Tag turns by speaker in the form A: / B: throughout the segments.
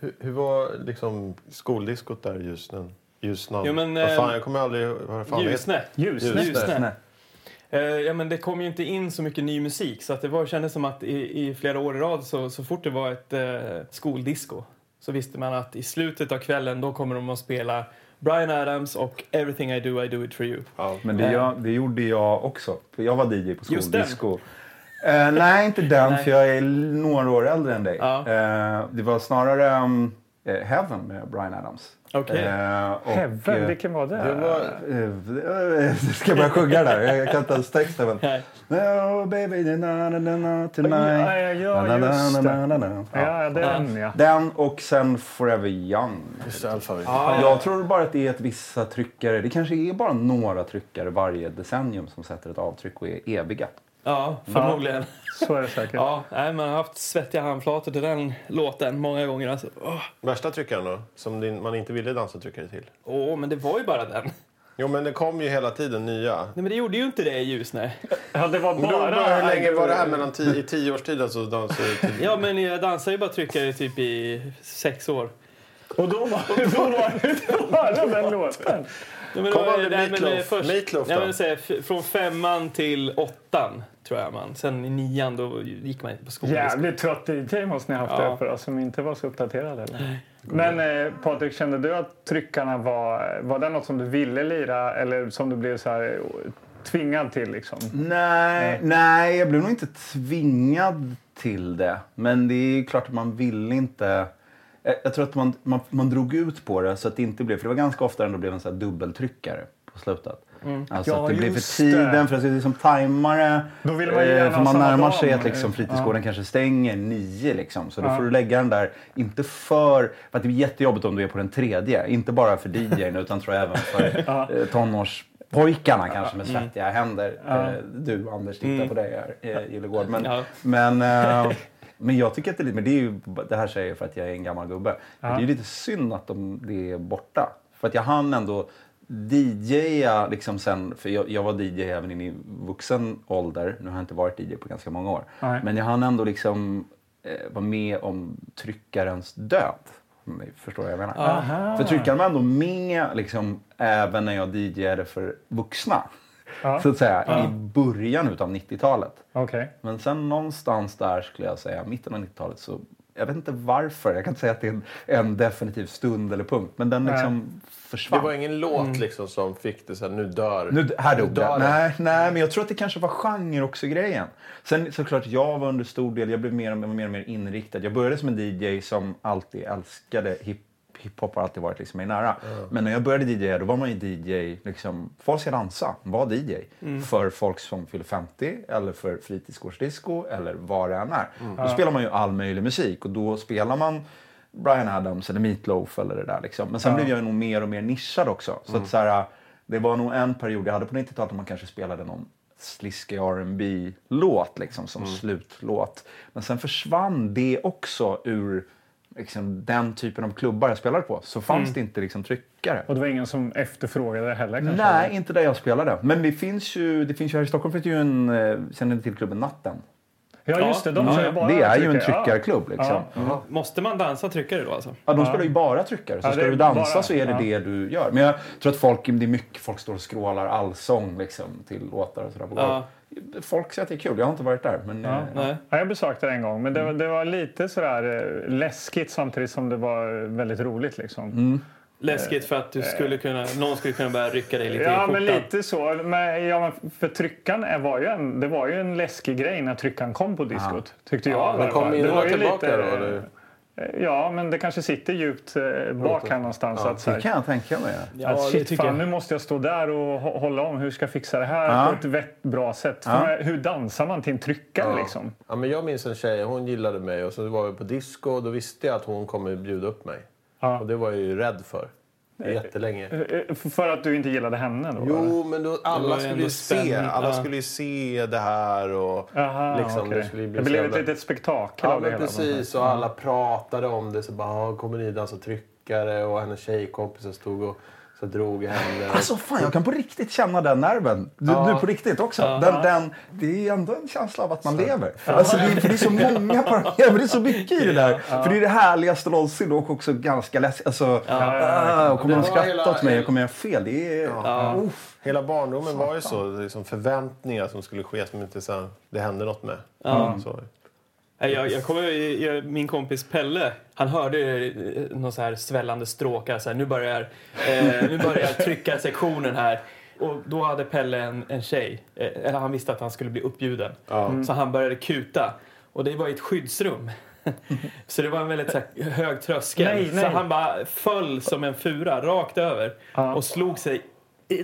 A: Hur, hur var liksom skoldiskot där i Ljusnan? Ljusnan?
B: Jo, men,
A: vad fan,
B: eh,
A: jag kommer aldrig... Vad fan heter
B: Ljusne.
C: Ljusne.
B: Ljusne. Eh, ja, men det kom ju inte in så mycket ny musik så att det var, kändes som att i, i flera år i rad så, så fort det var ett eh, skoldisco så visste man att i slutet av kvällen då kommer de att spela Brian Adams och Everything I Do I Do It For You.
A: Ja.
C: Men det, jag, det gjorde jag också. För Jag var DJ på
B: Just den.
C: skoldisco. Eh, nej, inte den,
B: Nej.
C: för jag är l- några år äldre än dig.
B: Ja.
C: Eh, det var snarare um, eh, Heaven med Brian Adams.
B: Okej.
C: Eh, och,
D: Heaven,
C: eh,
D: vilken var det?
A: Det var,
C: eh, eh, Ska jag börja sjunga där? Jag kan inte ens texten. Men...
B: Nej.
C: Oh, baby, na, na, na, na, tonight.
D: Ja, ja,
C: Na,
D: ja,
C: na, na,
D: just
C: na,
D: det.
C: na, na. Ja.
D: Ja, det är den ja.
C: Den och sen Forever Young.
A: just det, Alphaville.
C: Jag tror bara att det är att vissa tryckare, det kanske är bara några tryckare varje decennium som sätter ett avtryck och är eviga.
B: Ja, förmodligen.
D: Så är det säkert.
B: Ja, nej, man har haft svettiga handflator till den låten många gånger. Alltså. Åh,
A: Värsta tryckaren då? Som din, man inte ville dansa tryckare till?
B: åh, men det var ju bara den. Nej,
A: Jo, men det kom ju hela tiden nya.
B: men det gjorde ju inte det i Ljusne.
D: Ja, det var
A: Men då, då,
D: bara...
A: hur länge var det här? Mellan tio, I tioårstiden så dansade du till...
B: Ja, men jag dansade ju bara tryckare typ i sex år.
D: Och då var det då var det bara den låten.
B: Ja, men
A: Kom
B: det var-
A: aldrig
B: nej, men,
A: Meatloaf.
B: eh,
A: Meatloaf
B: nej,
A: då?
B: men, så här, f- Från femman till åttan, tror jag man. Sen i nian, då gick man inte på skolan.
D: Jävligt trött DJ måste ni ha haft
B: Ja.
D: där för oss som inte var så uppdaterade. Eller? Men eh, Patrik, kände du att tryckarna var... Var det något som du ville lira eller som du blev så här eh, tvingad till liksom?
C: Mm. Nej, nej, jag blev nog inte tvingad till det. Men det är ju klart att man vill inte... Jag, jag tror att man, man, man drog ut på det så att det inte blev... För det var ganska ofta ändå blev en sån här dubbeltryckare på slutet. Alltså
D: Ja,
C: att det blev
D: just
C: för tiden,
D: det.
C: för att det är som tajmare.
D: Då vill man ju gärna
C: eh, för man
D: samma
C: närmar
D: dag,
C: sig att
D: men-
C: liksom, fritidsgården kanske stänger nio liksom. Så då får du lägga den där, inte för... För att det blir jättejobbigt om du är på den tredje. Inte bara för DJn utan tror jag även för eh, tonårspojkarna kanske med svettiga händer. Eh, Du Anders, tittar på dig här, eh, Gillegård. Men,
B: Ja.
C: men, eh, men jag tycker att det är lite... Men det, är ju, det här säger jag för att jag är en gammal gubbe. Men det är ju lite synd att de, det är borta. För att jag hann ändå DJa liksom sen, för jag, jag var DJ även in i vuxen ålder. Nu har jag inte varit DJ på ganska många år.
D: Nej.
C: Men jag hann ändå liksom eh, vara med om tryckarens död. Om ni förstår vad jag menar? För tryckaren var ändå med liksom, även när jag DJade för vuxna.
D: Ja.
C: Så att säga, i början utav 90-talet.
D: Okej.
C: Men sen någonstans där skulle jag säga, mitten av 90-talet, så jag vet inte varför. Jag kan inte säga att det är en, en definitiv stund eller punkt, men den
D: Nej.
C: liksom försvann.
A: Det var ingen låt liksom som fick det så här, nu dör...
C: Nu, här dog det.
A: dör
C: Nej, nej, men jag tror att det kanske var genre också grejen. Sen såklart, jag var under stor del, jag blev mer och mer, mer, och mer inriktad. Jag började som en DJ som alltid älskade hip, hiphop har alltid varit liksom mig nära. Men när jag började DJ, då var man ju DJ, liksom, folk ska dansa, var DJ. För folk som fyller 50 eller för fritidsgårdsdisco eller vad det än är. Då spelar man ju all möjlig musik och då spelar man Brian Adams eller Meatloaf eller det där liksom. Men sen blev jag ju nog mer och mer nischad också. Så att så här, det var nog en period jag hade på 90-talet när man kanske spelade någon sliskig rb låt liksom, som
D: Mm.
C: slutlåt. Men sen försvann det också ur liksom, den typen av klubbar jag spelade på. Så fanns det inte liksom, tryckare.
D: Mm. Och det var ingen som efterfrågade det heller kanske?
C: Nej, inte där jag spelade. Men det finns ju, det finns ju här i Stockholm finns det ju en, eh, känner ni till klubben Natten?
D: Ja, just det. De kör ju bara
C: det är ju en
D: tryckare. Ja.
C: tryckarklubb liksom.
D: Ja.
B: Måste man dansa tryckare då alltså?
C: Ja, de spelar ju bara tryckare. Så
D: Ja,
C: ska
D: det är
C: du dansa
D: bara-
C: så är det
D: ja.
C: det du gör. Men jag tror att folk, det är mycket folk står och skrålar allsång liksom, till låtar och sådär på
B: Ja.
C: golvet. Folk säger att det är kul. Jag har inte varit där. Men, eh,
B: Nej.
D: Ja, jag besökte det en gång, men det,
A: Mm.
D: var- det var lite sådär eh, läskigt samtidigt som det var eh, väldigt roligt. Liksom.
A: Mm.
C: mm.
B: Läskigt för
A: Eh.
B: att du skulle kunna, någon skulle kunna börja rycka dig lite i
D: Ja,
B: skjortan.
D: men lite så. Men, ja, men för tryckan är- var ju en, det var ju en läskig grej när tryckan kom på diskot, tyckte jag. i alla
A: Men
D: fall.
A: kom
D: Det var
A: innerna
D: ju
A: tillbaka
D: lite- Eh,
A: då? Eller?
D: Ja, men det kanske sitter djupt eh, bak här någonstans. att, så här,
C: Det kan jag tänka mig.
B: Ja,
D: att,
B: det
D: shit,
B: tycker
D: fan,
B: jag.
D: nu måste jag stå där och hå- hålla om. Hur ska jag fixa det här
C: Ja.
D: på ett vett, bra sätt? För
C: Ja.
D: man- Hur dansar man till en tryckare liksom?
A: Ja, men jag minns en tjej, hon gillade mig och så var vi på disco och då visste jag att hon kommer bjuda upp mig.
D: Ja.
A: Och det var jag ju rädd för. Jättelänge.
D: Eh, eh, För att du inte gillade henne då? eller?
A: Jo, men då,
B: Det var
A: alla
B: ju
A: skulle
B: ändå
A: ju se.
B: spänning,
A: Alla
B: ja.
A: skulle ju se det här och
D: Aha,
A: liksom,
D: okej.
A: det skulle ju bli
D: det blev
A: så
D: ett
A: jävla-
D: litet spektakel
A: Ja,
D: av det
A: men
D: hela.
A: precis. Och alla pratade om det. Så bara, "Ah, kommer ni dansa tryckare? Och hennes tjejkompisar stod och Så drog jag henne.
C: Alltså fan, jag kan på riktigt känna den nerven. Du,
A: Ja.
C: du på riktigt också.
B: Ja.
C: Den, den, det är ändå en känsla av att man lever. Alltså, det, är- för det är så många parametrar, men det är så mycket i det där. För det är det härligaste någonsin och också ganska läskigt. Alltså,
D: ja, ja.
C: ah, kommer någon
A: Det var
C: skratta
A: hela-
C: åt mig? Kommer jag göra fel? Det är... Uff.
A: Hela barndomen var ju så. det är Liksom förväntningar som skulle ske som inte så här, det hände något med.
B: Ja.
A: Så.
B: Nej, Jag, jag kommer, jag, min kompis Pelle, han hörde eh, någon så här svällande stråkar. Så här, nu börjar, eh, nu börjar trycka sektionen här. Och då hade Pelle en, en tjej, eh, eller han visste att han skulle bli uppbjuden. Mm. Så han började kuta. Och det var i ett skyddsrum. så det var en väldigt så här, hög tröskel.
D: Nej,
B: Så
D: nej.
B: han bara föll som en fura rakt över
D: Ja.
B: och slog sig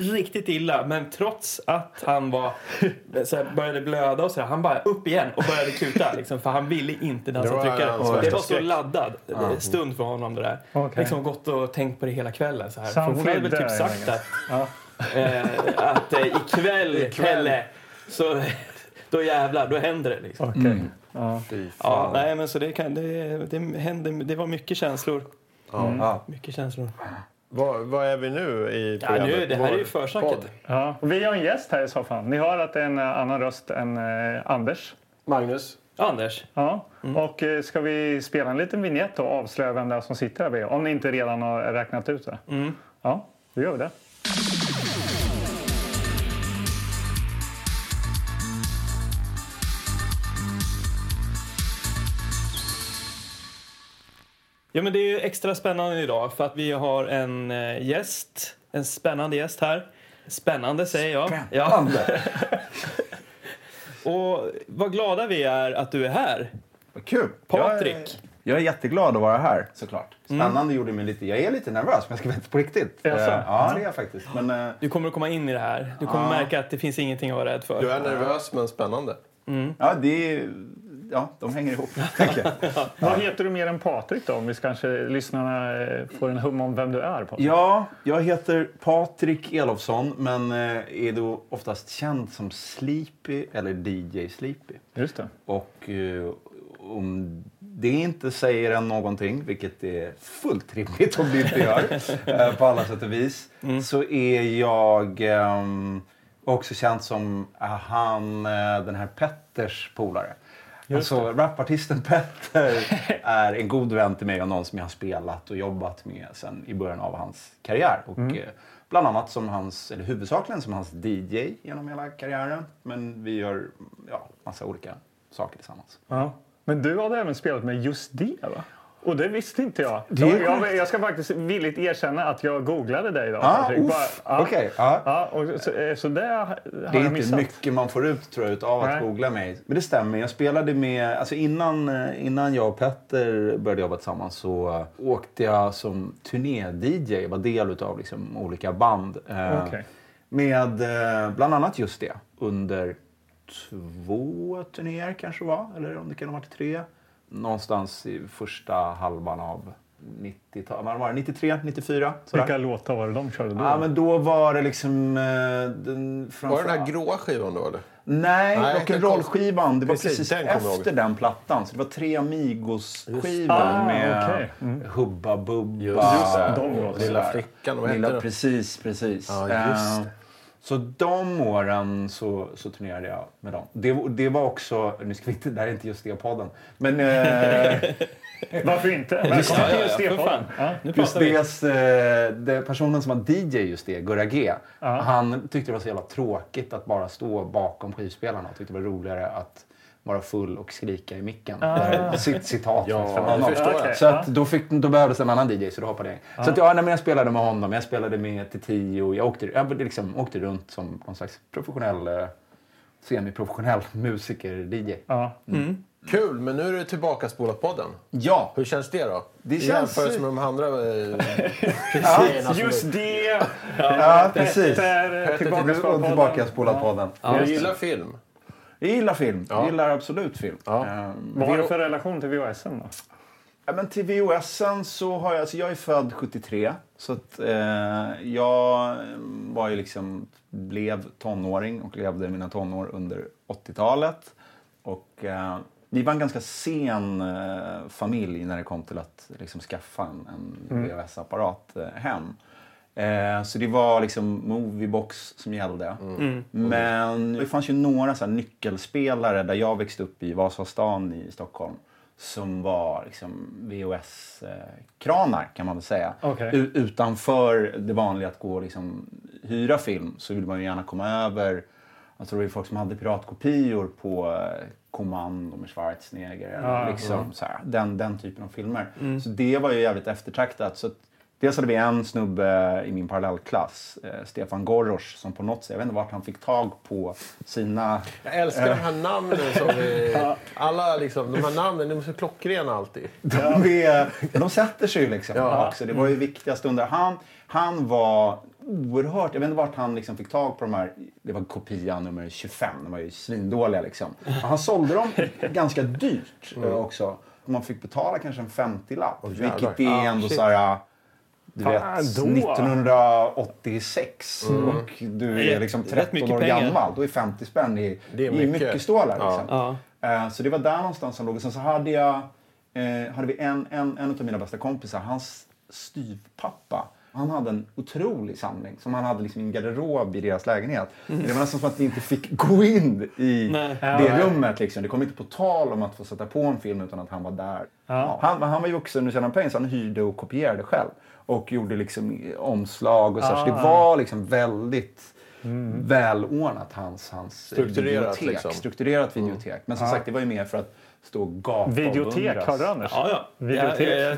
B: riktigt illa. Men trots att han var, så här, började blöda och så här, han bara upp igen och började kuta. Liksom, för han ville inte
A: Det
B: dansa
A: var
B: tryckare.
A: hans värsta
B: Det var så
A: skräck.
B: laddad stund för honom det där.
D: Okej.
B: Liksom gått och tänkt på det hela kvällen. Så här.
D: Så
B: För
D: han
B: hon hade väl
D: flydde
B: typ sagt
D: helt
B: att,
D: Ja.
B: eh, att eh, ikväll, Pelle, så, då jävlar, då händer det. Liksom.
D: Okej. Ja.
B: Ja, nej, men så det, kan, det, det, hände, det var mycket känslor. Mm.
C: Ja.
B: Mycket känslor.
A: Vad, vad är vi nu i
B: Ja,
A: programmet?
B: nu, det här är
A: Vår
B: ju försnacket.
A: podd.
D: Ja. Och vi har en gäst här i soffan. Ni hör att det är en eh, annan röst än eh, Anders.
A: Magnus.
B: Anders,
D: Ja.
A: Mm.
D: Och eh, ska vi spela en liten vignett och avslöja vem det är som sitter här vid? Om ni inte redan har räknat ut det.
A: Mm.
D: Ja, då gör vi det.
B: Ja, men det är ju extra spännande idag för att vi har en eh, gäst, en spännande gäst här. Spännande säger jag. Ja.
C: Ander.
B: Och vad glada vi är att du är här,
C: Vad kul. Jag
B: Patrik.
C: är, jag är jätteglad att vara här såklart. Spännande gjorde mig lite. Jag är lite nervös men jag ska vara inte på riktigt.
D: Jaså?
C: Eh, Ja, det är jag faktiskt. Men, eh,
B: Du kommer att komma in i det här. Du kommer
C: Ja.
B: märka att det finns ingenting att vara rädd
A: Du
B: för.
A: är nervös men spännande.
C: ja, det är, ja, de hänger ihop. tänker jag.
D: Vad heter du mer än Patrik då? Om vi kanske lyssnarna eh, får en hum om vem du är. Patrik.
C: Ja, jag heter Patrik Elofsson men eh, är då oftast känd som Sleepy eller DJ Sleepy.
D: Just det.
C: Och eh, om det inte säger en någonting, vilket är fullt rimligt om det inte gör eh, på alla sätt och vis, så är jag ehm, också känd som eh, han, eh, den här Petters polare. Alltså, rapartisten Petter är en god vän till mig och någon som jag har spelat och jobbat med sen i början av hans karriär. Och,
D: Mm.
C: eh, Bland annat som hans, eller huvudsakligen som hans DJ genom hela karriären. Men vi gör ja, massa olika saker tillsammans.
D: Ja. Men du hade även spelat med just det, va? Och det visste inte jag.
C: är
D: Jag, jag, jag ska faktiskt villigt erkänna att jag googlade dig idag.
C: Ah,
D: Patrik.
C: uff,
D: Bara- ja.
C: okej, ja.
D: Ja, och, så, eh, så det har
C: Det är
D: jag
C: inte
D: missat.
C: mycket man får ut tror jag utav att
D: Nej.
C: googla mig. Men det stämmer. Jag spelade med, alltså innan, eh, innan jag och Petter började jobba tillsammans så eh, åkte jag som turné-DJ, var del utav liksom olika band. eh,
D: Okej.
C: Med eh, bland annat just det. Under två turnéer kanske det var, eller om det kan ha varit tre. Någonstans i första halvan av 90-talet, vad var det, 93, 94? sådär.
D: Vilka låtar var det de körde då?
C: Ja, men då var det liksom... eh, Den,
A: Var det den
C: framför-
A: här gråa skivan då eller?
C: Nej,
A: Nej,
C: rock'n'roll-skivan. Det var
A: Precis,
C: precis,
A: den kommer jag ihåg.
C: efter den plattan. Så det var tre Amigos-skivor
D: Ah,
C: med
D: okej.
C: Hubba Bubba.
D: de låtarna.
A: Mm. Lilla flickan, vad hette
C: Lilla,
A: den?
C: precis, precis.
A: Ja, just
C: Eh, Så de åren så, så turnerade jag med dem. Det, var- det var också... Nu ska vi inte... Det här är inte just det podden. Men eh,
D: Varför inte? Välkommen till
B: ja,
D: just det
B: för fan.
D: podden. Ja.
B: Nu
C: just
B: pratar vi.
C: det, eh, det, personen som var DJ just det, Gurra G, han tyckte det var så jävla tråkigt att bara stå bakom skivspelarna. Han tyckte det var roligare att vara full och skrika i micken. Det här är Sitt citat från honom.
A: det förstår
D: jag.
C: Så att då, fick, då behövdes en annan DJ, så då hoppade jag in. Så att, ja, nej, men jag spelade med honom, jag spelade med till tio. Jag åkte, jag liksom, åkte runt som någon slags professionell, eh, semiprofessionell musiker-DJ.
D: Ja.
A: Kul, men nu är du tillbaka spolat podden.
C: Ja,
A: Hur känns det då?
C: Det
A: I
C: känns-
A: jämförelse med de andra eh, grejerna
B: alltså-
A: som
D: Just det!
C: ja precis.
D: Där, eh,
C: Nu
D: tillbaka på
C: och
D: podden.
C: tillbaka spolat podden.
A: du gillar film.
C: Jag gillar film.
A: Ja.
C: Jag gillar absolut film.
A: Ja.
C: Ehm,
D: Vad har du för relation till VHS då?
C: ja, men till VHSen så har jag... Alltså jag är född 73. Så att, eh, jag var ju liksom... Blev tonåring och levde mina tonår under 80-talet. Och eh, vi var en ganska sen
A: Mm.
C: eh, familj när det kom till att liksom, skaffa en, en VHS-apparat eh, hem. Eh, så det var liksom Moviebox som gällde. Mm. Men det fanns ju några så här nyckelspelare där jag växte upp i Vasastan i Stockholm som var liksom VHS-kranar eh, kan man väl säga.
D: Okej.
C: U- utanför det vanliga att gå och liksom hyra film så vill man ju gärna komma över Alltså det var ju folk som hade piratkopior på eh, Kommando med Schwarzenegger.
D: Ja, Mm.
C: liksom, så här, den, den typen av filmer. Så det var ju jävligt eftertraktat. Så att, dels hade vi en snubbe i min parallellklass, eh, Stefan Gorros, som på något sätt, jag vet inte vart han fick tag på sina...
A: Jag älskar de här namnen som vi... Alla liksom, de här namnen, de är så klockrena alltid.
C: De, är, de sätter sig ju liksom
A: Ja.
C: också. Det var ju viktiga stunder. Han, han var oerhört... Jag vet inte vart han liksom fick tag på de här... Det var kopia nummer 25. De var ju svindåliga liksom. Och Han sålde dem ganska dyrt eh, också. Man fick betala kanske en 50-lapp. vilket är ändå så här... Du vet,
D: Fan, då.
C: 1986 och du är
B: Rätt-
C: liksom
B: rätt
C: 13
B: mycket
C: år
B: pengar.
C: gammal. Då är 50 spänn i,
A: Det är
C: i
A: mycket.
C: mycket stålar. Liksom.
B: Ja.
C: Eh, Så det var där någonstans han låg. Och sen så hade jag eh, hade vi en, en, en av mina bästa kompisar, hans styvpappa. Han hade en otrolig samling som han hade liksom i en garderob i deras lägenhet. Men Det var nästan som att vi inte fick gå in i
B: Mm. Nej.
C: det rummet. Liksom. Det kom inte på tal om att få sätta på en film utan att han var där. Ja, han, han var ju vuxen och tjänade pengar så han hyrde och kopierade själv. Och gjorde liksom omslag och så, här. så
B: Ah.
C: det var liksom väldigt
B: Mm.
C: välordnat hans, hans
A: Strukturerat,
C: bibliotek.
A: liksom.
C: Strukturerat
D: Mm.
C: videotek. Men som sagt, det var ju mer för att stå och gapa och
D: Videotek,
C: beundras.
D: hörde du Anders?
B: Ja, ja. Jag,
D: Videotek.
B: jag, jag, jag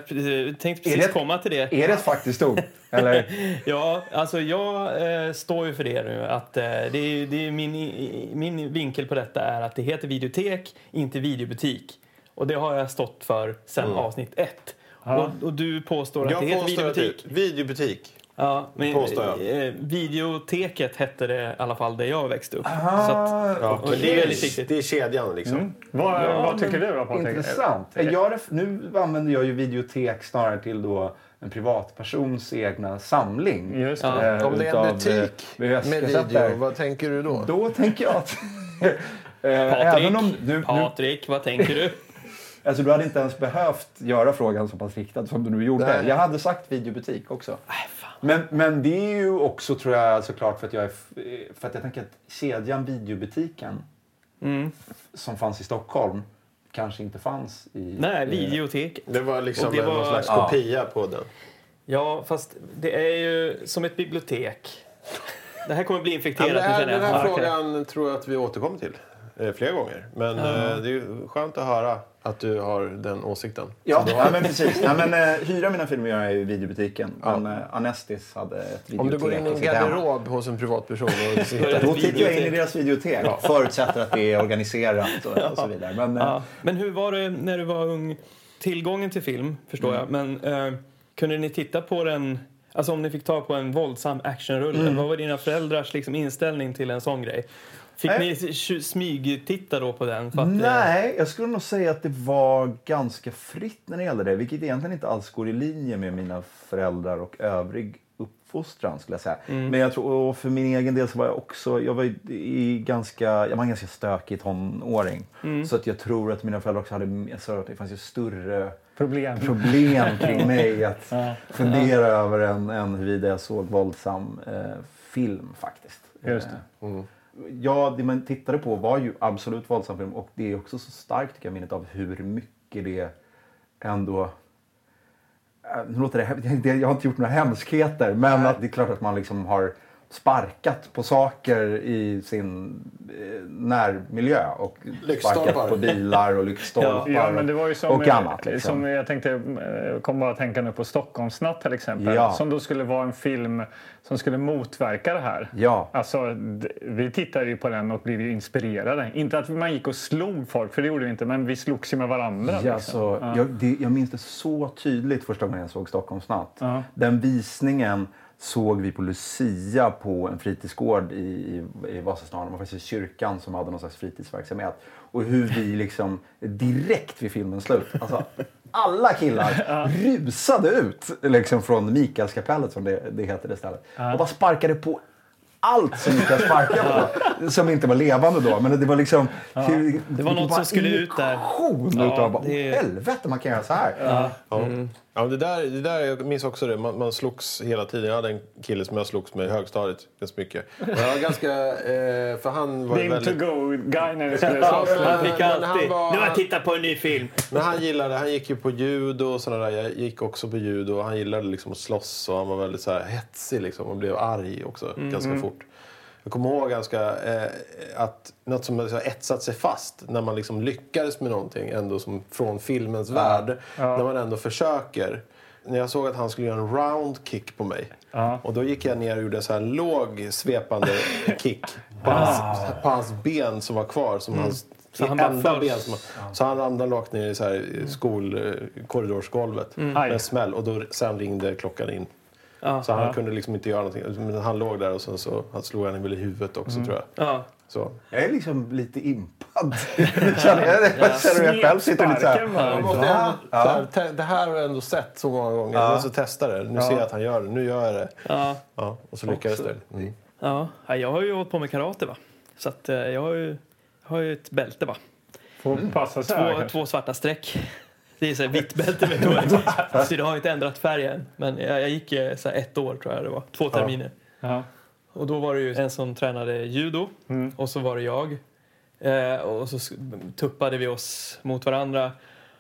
B: tänkte
C: Är
B: precis
C: det-
B: komma till det.
C: Är det ett faktiskt ord? Eller?
B: Ja, alltså jag eh, står ju för det nu. Att, eh, det är, det är min, i- i- min vinkel på detta är att det heter videotek, inte videobutik. Och det har jag stått för sedan
A: Mm.
B: avsnitt ett. Och, och du påstår att det heter videobutik.
A: videobutik.
B: Ja, men,
A: Påstår jag.
B: eh, videoteket hette det i alla fall där jag växte upp. Så att,
C: Ah,
A: Ja,
B: Och det är väldigt viktigt.
A: Det är kedjan liksom.
D: Mm. Vad, vad tycker du då Patrik?
C: Intressant. Jag, ref- nu använder jag ju videotek snarare till då en privatpersons egna samling.
D: Just det.
C: eh,
A: Om det är
C: utav, eh,
A: en butik med
C: VHS-kassetter.
A: video, vad tänker du då?
C: Då tänker jag att... eh,
B: Patrik,
C: även om nu, nu,
B: Patrik, vad tänker du?
C: alltså du hade inte ens behövt göra frågan så pass riktad som du nu gjorde.
A: Nej.
C: Jag hade sagt videobutik också. Men, men det är ju också tror jag såklart för att jag, är, f- för att jag tänker att kedjan videobutiken
B: Mm.
C: som fanns i Stockholm kanske inte fanns i...
B: Nej,
C: i-
B: videoteket.
A: Det var liksom
B: Och det
A: en- någon
B: var-
A: slags
C: Ja.
A: kopia på den.
B: Ja, fast det är ju som ett bibliotek. Det här kommer bli
A: Ja,
B: infekterat,
A: men det här,
B: nu
A: den
B: känner
A: här
B: jag. Ja, okej.
A: frågan tror jag att vi återkommer till eh, flera gånger. Men eh, det är ju skönt att höra att du har den åsikten.
C: Ja, ja men precis. Nej, men, eh, hyra mina filmer gör jag i videobutiken. Men eh, Anestis hade ett videotek
A: Om du går in i
C: i
A: en
C: sitt hem.
A: garderob hos en privatperson och
B: Börjar-
A: sitter...
C: Då tittar jag in i
B: Videotek.
C: deras videotek. Förutsätter att det är organiserat och, och så vidare. Men, eh,
B: Ja. Men hur var det när du var ung? Tillgången till film, förstår jag. Men eh, kunde ni titta på den... Alltså om ni fick tag på en våldsam actionrulle. Vad var dina föräldrars liksom, inställning till en sån grej? Fick
C: Nej.
B: ni tju- smygtitta då på den? För att, eh,
C: Nej, jag skulle nog säga att det var ganska fritt när det gällde det. Vilket egentligen inte alls går i linje med mina föräldrar och övrig uppfostran skulle jag säga.
B: mm,
C: Men jag tror, och för min egen del så var jag också, jag var ju i ganska, jag var en ganska stökig tonåring.
B: mm.
C: Så att jag tror att mina föräldrar också hade, jag sa att det fanns ju större
D: Problem.
C: problem kring mig att fundera över än, än huruvida jag såg våldsam eh, film faktiskt.
D: Just det.
C: Eh,
A: Mm.
C: Ja, det man tittade på var ju absolut våldsam film och det är också så starkt tycker jag minnet av hur mycket det ändå... Eh, Nu låter det, hem- det Jag har inte gjort några hemskheter men att det är klart att man liksom har sparkat på saker i sin eh, närmiljö och
A: Lyktstolpar.
C: sparkat på bilar och lyktstolpar
D: Ja, men det var ju som,
C: och annat. Liksom.
D: som jag tänkte, jag kom bara att tänka nu på Stockholmsnatt till exempel.
C: Ja.
D: Som då skulle vara en film som skulle motverka det här.
C: Ja.
D: Alltså, d- vi tittade ju på den och blev ju inspirerade. Inte att man gick och slog folk, för det gjorde vi inte, men vi slogs ju med varandra.
C: Ja,
D: liksom.
C: så, jag, det, jag minns det så tydligt första gången jag såg Stockholmsnatt.
D: Ja.
C: Den visningen såg vi på Lucia på en fritidsgård i, i, i Vasastan. Det var faktiskt kyrkan som hade någon slags fritidsverksamhet. Och hur vi liksom direkt vid filmens slut, alltså alla killar rusade ut liksom från Mikaelskapellet som det, det heter det stället. Och bara sparkade på allt som inte jag sparkade på. Som inte var levande då. Men det var liksom...
B: Det var något som skulle ut där.
C: Passion
B: Ja,
C: utav bara,
B: det-
C: "Åh, helvete man kan göra så här.
A: Ja. Ja, men det där, det där, jag minns också det. Man, man slogs hela tiden. Jag hade en kille som jag slogs med i högstadiet ganska mycket. Och jag var ganska... Eh, för han var ju
D: Din
A: väldigt...
D: to-go-guy när vi skulle
A: Ja,
D: slåss.
A: men-
B: Han fick
A: men han
B: alltid... Nu
A: var-
B: har jag tittat på en ny film!
A: Men han gillade, han gick ju på judo och sådana där. Jag gick också på judo och han gillade liksom att slåss och han var väldigt så här hetsig liksom och blev arg också
B: Mm-hmm.
A: ganska fort. Jag kommer ihåg ganska eh, att något som liksom etsat sig fast när man liksom lyckades med någonting ändå som från filmens värld. När man ändå försöker. När jag såg att han skulle göra en round kick på mig. Och då gick jag ner och gjorde en så här låg svepande kick på, hans, på hans ben som var kvar. Som hans,
B: Mm. Så han bara
A: enda
B: föll.
A: ben som så han ramlade rakt ner i så här i skol, eh, korridorsgolvet
B: Mm.
A: med
D: Aj.
A: en smäll och då, sen ringde klockan in.
B: Ja.
A: Så han kunde liksom inte göra någonting. Men han låg där och sen så han slog han väl i huvudet också
B: Mm.
A: tror jag.
B: Ja.
A: Så.
C: Jag är liksom lite impad. Det känner jag, jag känner hur jag själv sitter lite så
D: Snedsparken var
A: Jag
C: här.
D: det.
A: måste ändå, så här, te- det här har jag ändå sett så många gånger. Jag måste testa det. Nu ser jag att han gör det. Nu gör jag det.
B: Ja.
A: Ja, och så lyckades det. Mm.
B: Ja. ja, jag har ju hållit på med karate va. Så att eh, jag har ju, har ju ett bälte va.
D: Får passa sig här
B: Två,
D: kanske.
B: två svarta streck. Det är så här vitt bälte med två Så det har inte ändrat färgen. Men jag, jag gick eh, så här ett år tror jag det var. Två terminer.
D: Ja.
B: Och då var det ju Mm. en som tränade judo och så var det jag. Eh, och så sk- tuppade vi oss mot varandra.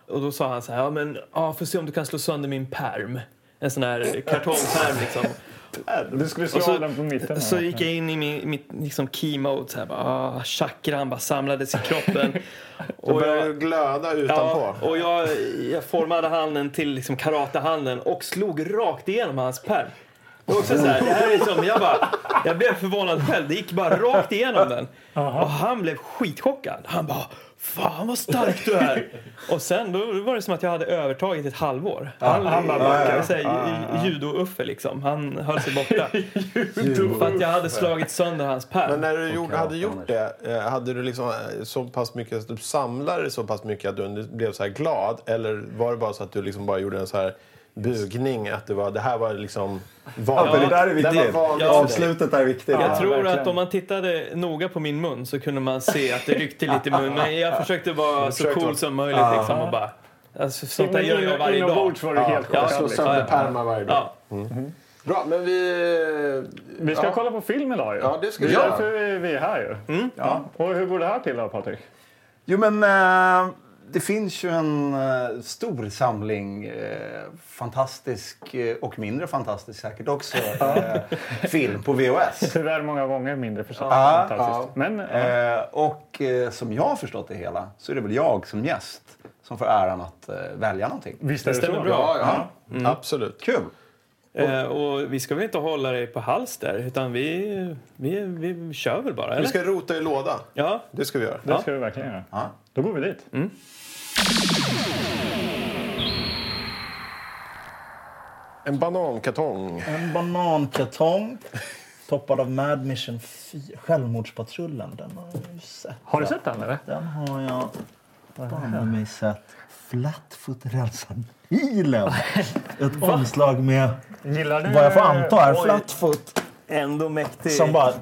B: Och då sa han så här, ja men ja, får se om du kan slå sönder min perm. En sån här kartongperm liksom.
D: Du skulle slå
B: Och så-
D: av den på mitten. här.
B: Så gick jag in i min, mitt liksom key mode, så här, bara, ah, chakran bara samlades i kroppen.
A: Då
B: och
A: började
B: jag,
A: det glöda utanpå.
B: ja, och jag, jag formade handen till liksom karatehanden och slog rakt igenom hans pärm. Det var också så här, det här är som, jag, bara, jag blev förvånad själv, det gick bara rakt igenom den. Och han blev skitchockad. Han bara Fan vad stark du är! Och sen då var det som att jag hade övertagit ett halvår. Han, han bara backade, ja, judo-Uffe liksom. Han höll sig borta. För att jag hade slagit sönder hans pärm.
A: Men när du gjorde, hade
C: karate,
A: gjort det, eh, hade du liksom eh, så pass mycket, att du samlade det så pass mycket att du blev så här glad? Eller var det bara så att du liksom bara gjorde en så här bugning? Att det, var, det här var liksom
C: Ja, men
A: vanligt?
C: det där är
A: Det här
C: viktigt.
A: var vanligt.
C: Avslutet där är viktigt.
B: Jag tror
D: verkligen.
B: att om man tittade noga på min mun så kunde man se att det ryckte lite i munnen. Men jag försökte vara så
A: försökte
B: cool
A: vara-
B: som möjligt liksom och bara... Alltså, sånt där
D: Men
B: gör jag
D: in-
B: varje dag.
D: Inombords var du helt
B: Ja,
A: Jag
D: chockad.
A: slår
D: liksom.
A: sönder pärmar varje dag.
B: Ja.
A: Bra, men vi...
D: Vi ska
A: ja.
D: kolla på film idag ju.
A: Ja, det ska
D: är
A: vi göra.
D: därför vi- vi är här ju.
C: Ja.
D: Och hur går det här till då Patrik?
C: Jo, men eh, det finns ju en eh, stor samling eh, fantastisk eh, och mindre fantastisk säkert också eh, film på VHS.
D: Tyvärr många gånger mindre förstås.
C: Ja,
D: Fantastiskt. Men ja.
C: Eh, och eh, som jag har förstått det hela så är det väl jag som gäst som får äran att eh, välja någonting.
D: visst är det,
B: stämmer
D: så?
B: bra.
A: Ja, ja. Absolut.
C: Kul!
B: Eh, och vi ska väl inte hålla dig på hals där, utan vi, vi, vi kör väl bara,
A: Vi
B: eller?
A: ska rota i låda.
B: Ja.
A: Det ska vi göra.
D: Det ska vi verkligen göra.
C: Ja.
D: Då går vi dit.
A: En banankartong.
E: En banankartong. Toppad av Mad Mission 4. Självmordspatrullen. Den har jag ju sett.
D: Har du sett den eller?
E: Den har jag banne mig sett. Flatfoot rensar bilen. Ett omslag med
D: Gillar du?
E: vad jag får anta är Flatfoot
B: Ändå mäktig.
E: som bara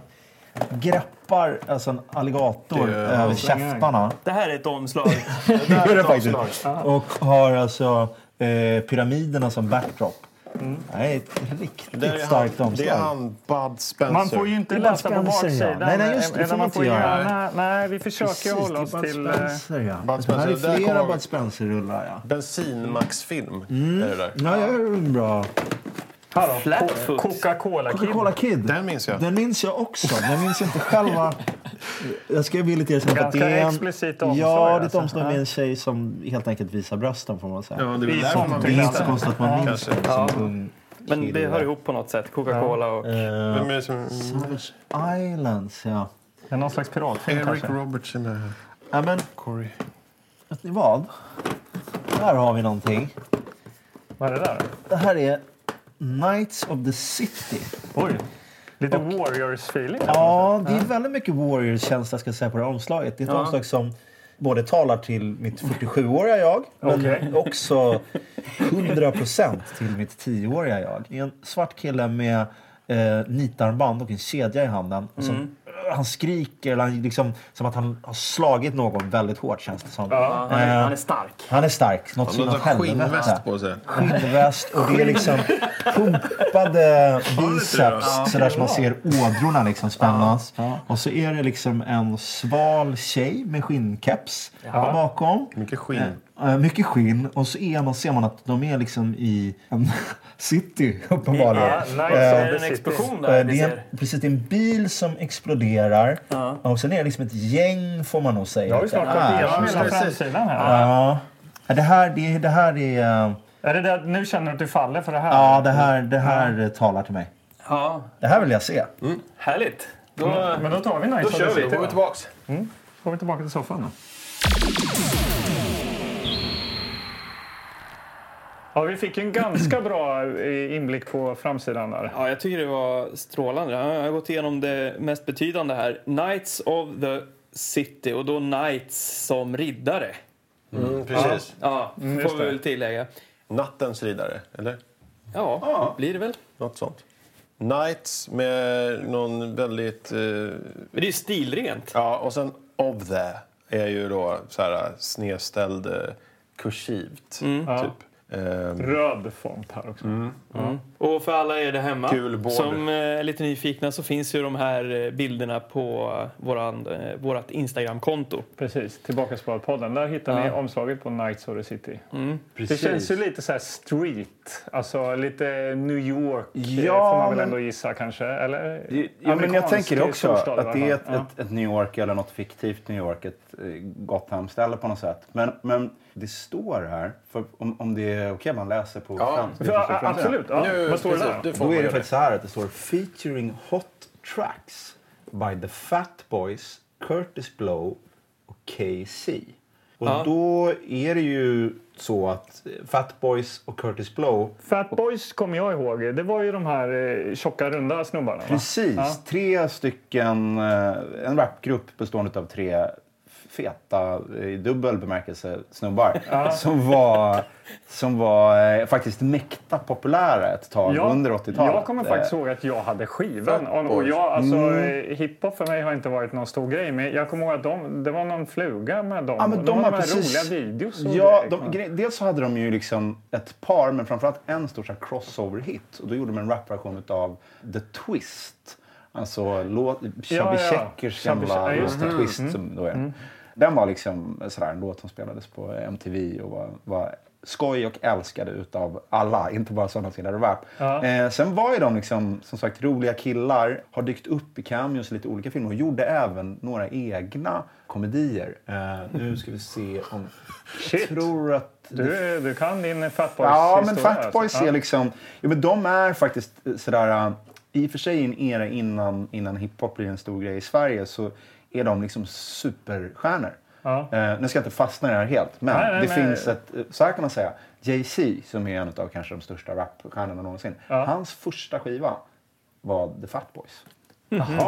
E: greppar alltså en alligator
A: Det är-
E: över
D: alltså
E: käftarna.
B: Det här är ett omslag.
E: Det är det faktiskt. Och har alltså eh, pyramiderna som backdrop.
D: Mm.
E: Det här är ett riktigt
A: Det är
E: starkt
A: han,
E: omslag.
A: det är han Bud Spencer.
D: Man får ju
E: Det
D: inte
E: är bara
D: läsa på
E: Spencer, ja.
D: baksidan.
E: Nej, nej, just det, det
D: Eller
E: får man
D: man
E: inte
D: får
E: göra.
D: gärna, nej, vi försöker hålla oss
E: det är Bud
D: till... eh,
E: Spencer, ja.
A: Bud
E: Det här är
A: Spencer, där kommer
E: flera
A: vi.
E: Bud Spencer-rullar. Ja.
A: Bensinmax-film. Är det där.
E: Ja, jag är en bra.
D: här då,
B: Flatfoot.
D: Co- Coca-Cola Kid.
E: Coca-Cola Kid.
A: Den minns jag.
E: Den minns jag också. Men jag minns inte själva... Jag ska villigt erkänna att det
D: Ganska
E: är en...
D: explicit omslag,
E: Ja, det är ett
D: alltså.
E: omslag med en tjej som helt enkelt visar brösten får man säga.
A: Ja, det är väl
D: är
A: därför man
E: Det är
A: minns
E: inte så
A: den.
E: konstigt att man minns
A: Kanske.
E: det som ung
B: Men det
E: kille.
B: hör ihop på något sätt. Coca-Cola och...
E: Eh,
A: Vem är det som...
E: Savage Eh, Islands, ja.
D: Det är Någon slags piratfilm
A: Eric
D: kanske.
A: Robertson är här.
E: Ja, men
A: Corey.
E: vet ni vad? Där har vi någonting.
D: Vad är det där?
E: Det här är Knights of the City.
D: Oj. Lite Warriors-feeling.
E: Ja, det är väldigt mycket Warriors-känsla ska jag säga på det här omslaget. Det är ett omslag som både talar till mitt 47-åriga jag men
D: Okej.
E: också 100% till mitt 10-åriga jag. Det är en svart kille med eh, nitarmband och en kedja i handen. Och så
F: han skriker eller han, liksom, som att han har slagit någon väldigt hårt känns det som.
D: Ja.
G: Han är, han är stark.
F: Han är stark, något
A: Han
F: så
A: har
F: inåt helvete.
A: skinnväst på sig.
F: Skinnväst och det är liksom pumpade
A: Ja.
F: biceps sådär som man ser ådrorna liksom spännas. Och så är det liksom en sval tjej med skinnkeps bakom.
A: Mycket
E: Mm,
A: skinn.
F: Eh, Mycket skinn och så är man, ser man att de är liksom i en city uppenbarligen.
D: Ja, nice.
F: Eh,
D: Ja,
G: Så
D: det
G: är det en
D: sitter.
G: explosion
F: eh,
G: där vi
F: det är
G: ser.
F: en, precis, det är en bil som exploderar.
G: Ja.
F: Och sen är det liksom ett gäng får man nog säga.
D: Jag har ju snart
F: Ah,
D: gått igenom
F: så-
D: hela framsidan här.
F: Ja. Ja, Det här, det, det här är... eh,
D: Är det det att nu känner du att du faller för det här?
F: Ja, det här, det här eh, talar till mig.
G: Ja,
F: Det här vill jag se.
G: härligt. Då,
D: Men då tar vi Nice.
G: då kör vi.
D: Då
G: tillbaks.
D: går vi tillbaka till soffan då. Ja, vi fick ju en ganska bra eh, inblick på framsidan där.
B: Ja, jag tycker det var strålande. Jag har gått igenom det mest betydande här. Knights of the City och då Knights som riddare.
A: Mm, precis.
B: Ja, får vi väl tillägga.
A: Nattens riddare, eller?
B: Ja, blir det väl.
A: Något sånt. Knights med någon väldigt... eh,
B: Men det är ju stilrent.
A: ja, och sen of the är ju då så här snedställd eh, kursivt,
D: Mm.
A: typ. Ehm,
D: Röd font här också.
B: Mm. Och för alla er där hemma
A: Kul board.
B: som eh, är lite nyfikna så finns ju de här eh, bilderna på eh, våran, eh, vårat Instagram-konto.
D: Precis, Tillbakaspårat-podden. Där hittar ni omslaget på Nights of the City.
C: Mm,
A: precis.
D: Det känns ju lite så här street, alltså lite New York eh,
C: Ja,
D: får man väl
C: men-
D: ändå gissa kanske? Eller?
C: Jo, men jag
D: Amerikansk
C: tänker det också.
D: storstad,
C: Att det
D: va?
C: är ett,
D: Ja.
C: ett, ett New York eller något fiktivt New York, ett eh, Gotham-ställe på något sätt. Men, men det står här, för om, om det är okej man läser på
A: Ja.
C: framsidan.
D: Ja,
C: på framsidan.
D: absolut. Ja.
A: Nu,
D: Vad står det
A: precis,
D: där?
A: du får
C: Då är
A: man
C: det
A: göra
C: faktiskt så här att det står featuring hot tracks by the Fat Boys, Curtis Blow och KC. Och
B: Ja.
C: då är det ju så att eh, Fat Boys och Curtis Blow
D: Fat Boys kommer jag ihåg. Det var ju de här eh, tjocka runda snubbarna. Va?
C: Precis. Tre stycken, eh, en rapgrupp bestående av tre feta, eh, i dubbel bemärkelse, snubbar som var, som var eh, faktiskt mäkta populära ett tag
D: Jag-
C: under Eh, 80-talet.
D: jag kommer faktiskt ihåg att jag hade skivan.
A: Fat
D: Och
A: Boys.
D: jag, alltså,
C: Mm.
D: eh, Hiphop för mig har inte varit någon stor grej. Men jag kommer ihåg att de, det var någon fluga med dem.
C: Ja, men
D: och
C: de
D: de
C: har
D: de här
C: precis-
D: roliga videos. och
C: Ja,
D: grejer.
C: de, grej- dels så hade de ju liksom ett par, men framförallt en stor så här crossover-hit. Och då gjorde de en rapversion av The Twist. Alltså låt, Chubby
D: ja.
C: Checkers
D: Chubby Mm.
C: gamla
D: Check- ja,
C: låt
D: just
C: The Twist. Som då är. Den var liksom sådär, en låt som spelades på MTV och var, var skoj och älskade utav alla, inte bara sådana som gillade rap.
D: Ja.
C: Eh, sen var ju de liksom, som sagt roliga killar, har dykt upp i cameos i lite olika filmer och gjorde även några egna komedier. Eh, nu ska vi se om...
D: Shit.
C: Tror att... det-
D: Du, du kan din Fat Boys
C: Ja, men
D: historia,
C: Fatboys
D: alltså.
C: är liksom... Jo, men de är faktiskt eh, sådär... eh, I och för sig i en era innan, innan hiphop blir en stor grej i Sverige så är de liksom superstjärnor.
D: Ja.
C: Eh, nu ska jag inte fastna i det här helt, men
D: Nej, nej,
C: det
D: nej.
C: finns ett... eh, Så här kan man säga. Jay-Z, som är en av kanske de största rapstjärnorna någonsin, hans första skiva var The Fatboys.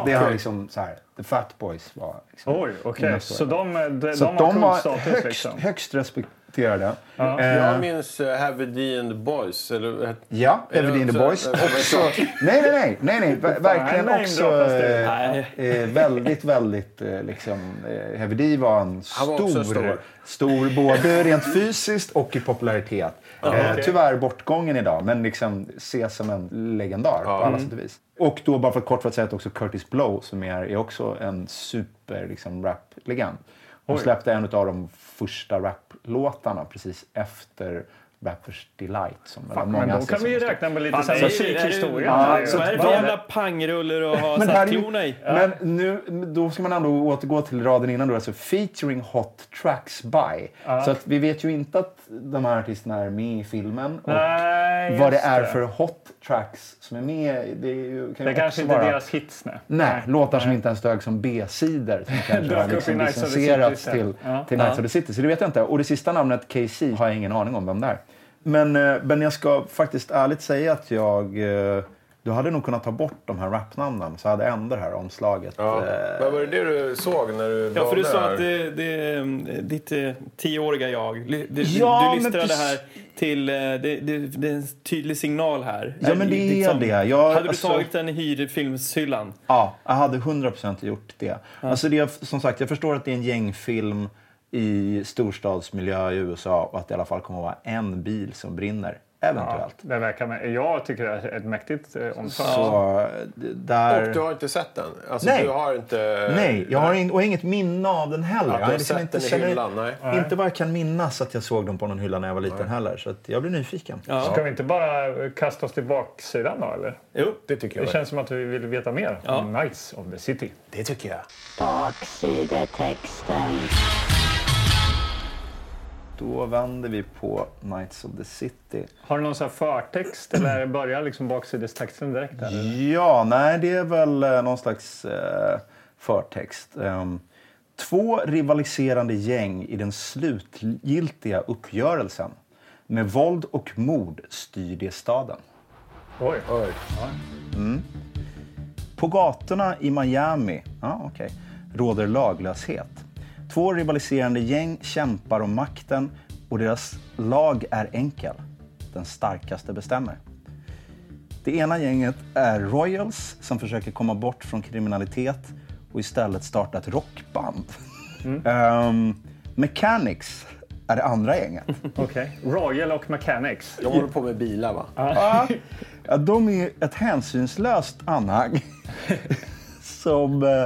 C: Det har liksom så här, The Fatboys var... Liksom
D: Oj, okej.
C: mina stora
D: Så de, de,
C: så
D: de har
C: de var
D: kultstatus
C: högst,
D: liksom?
C: högst respekterade.
D: Ja.
C: Eh,
A: Jag minns eh, Heavy D and the Boys. Eller, eh,
C: ja,
A: är det-
C: Evelyn the Boys.
A: eh,
C: Också, nej, nej, nej, nej, nej. ver- Verkligen
D: nej,
C: också
D: bra, fast det-
C: eh, eh, väldigt, väldigt eh, liksom. Eh, Heavy D var en
A: Han var
C: stor,
A: också stor.
C: stor, både rent fysiskt och i popularitet. Eh, Tyvärr bortgången idag, men liksom ses som en legendar på alla sätt och vis.
D: Mm.
C: Och då bara för kort för att säga att också Curtis Blow som är, är också en super liksom, rap-legend. Hon släppte en av de första raplåtarna precis efter Rappers Delight. Som väl många
D: Men då
C: anser
D: kan vi ju
C: som en stor-
D: räkna med lite
B: Fan,
D: så här
B: det är ju- det är ju-
D: musikhistoria.
B: Ja,
D: Ja,
B: Vad är det för jävla pangruller att ha
C: här är
B: satt
C: ju-
B: klorna i?
C: Men nu, då ska man ändå återgå till raden innan då, alltså featuring hot tracks by. Så att vi vet ju inte att de här artisterna är med i filmen och
D: Nej,
C: vad det
D: just
C: är för hot tracks som är med. Det, är ju, kan
D: Det
C: ju också
D: kanske inte
C: vara...
D: är deras hits. Nej.
C: Nej, låtar som inte ens dög som B-sidor. Som kanske har
D: upp i
C: liksom
D: Nights of the
C: licenserats
D: City
C: till,
D: sen. Ja.
C: till Nights of the City. Så det vet jag inte. Och det sista namnet, KC, har jag ingen aning om vem det är. Men, eh, men jag ska faktiskt ärligt säga att jag... eh, Det
E: Du hade nog kunnat ta bort de här rapnamnen så hade ändå det här omslaget...
A: Ja.
E: eh,
A: Men var det det du såg när du
B: Ja, för du
A: valde
B: sa
A: här?
B: att det, det, eh, ditt eh, tioåriga jag, li- du,
E: Ja,
B: du
E: men
B: listrar det här
E: precis.
B: till... eh, Det, det, det är en tydlig signal här. Eh,
E: Ja, men det är det. Jag-
B: hade du
E: alltså-
B: tagit den i hyrfilmshyllan?
E: Ja, jag hade 100% gjort det. Alltså det. Som sagt, jag förstår att det är en gängfilm i storstadsmiljö i USA och att det i alla fall kommer att vara en bil som brinner, eventuellt.
D: Det verkar med. Jag tycker det är ett mäktigt eh, omslag.
E: Så eh, d- där...
A: Och du har inte sett den? Alltså,
E: Nej.
A: Du har inte...
E: Nej, jag har, in, och inget minne av den heller.
A: Att du
E: Jag
A: har
E: liksom
A: sett den i
E: känner-
A: hyllan? Nej.
E: Inte vad jag kan minnas att jag såg den på någon hylla när jag var liten heller. Så att jag blir nyfiken.
B: Ja.
D: Ska vi inte bara kasta oss till baksidan då eller?
B: Jo.
A: Det tycker
D: Det
A: jag. väl.
D: känns som att vi vill veta mer om Knights of the City.
A: Det tycker jag.
H: Baksidetexten.
E: Då vänder vi på Knights of the City.
D: Har du någon sån här förtext eller börjar liksom baksidestexten direkt? Där?
E: Ja, nej, det är väl eh, någon slags eh, förtext. Ehm, två rivaliserande gäng i den slutgiltiga uppgörelsen. Med våld och mord styr de staden.
D: Oj.
A: Oj.
E: På gatorna i Miami ja, okej, råder laglöshet. Två rivaliserande gäng kämpar om makten och deras lag är enkel. Den starkaste bestämmer. Det ena gänget är Royals som försöker komma bort från kriminalitet och istället starta ett rockband. Ehm, Mechanics är det andra gänget.
D: Okej. Royal och Mechanics.
A: De håller på med bilar, va?
E: Ja, de är ett hänsynslöst anhang som eh,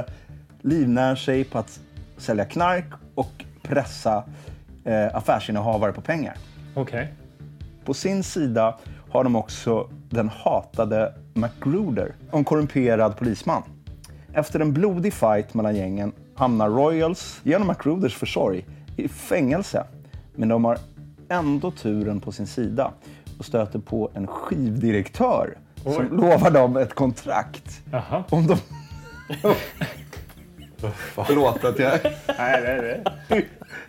E: livnär sig på att sälja knark och pressa eh, affärsinnehavare på pengar.
D: Okej.
E: På sin sida har de också den hatade McGruder, en korrumperad polisman. Efter en blodig fight mellan gängen hamnar Royals, genom McGruders försorg, i fängelse. Men de har ändå turen på sin sida och stöter på en skivdirektör som lovar dem ett kontrakt.
D: Jaha.
E: Om de... Förlåt att jag...
D: Nej, det är det.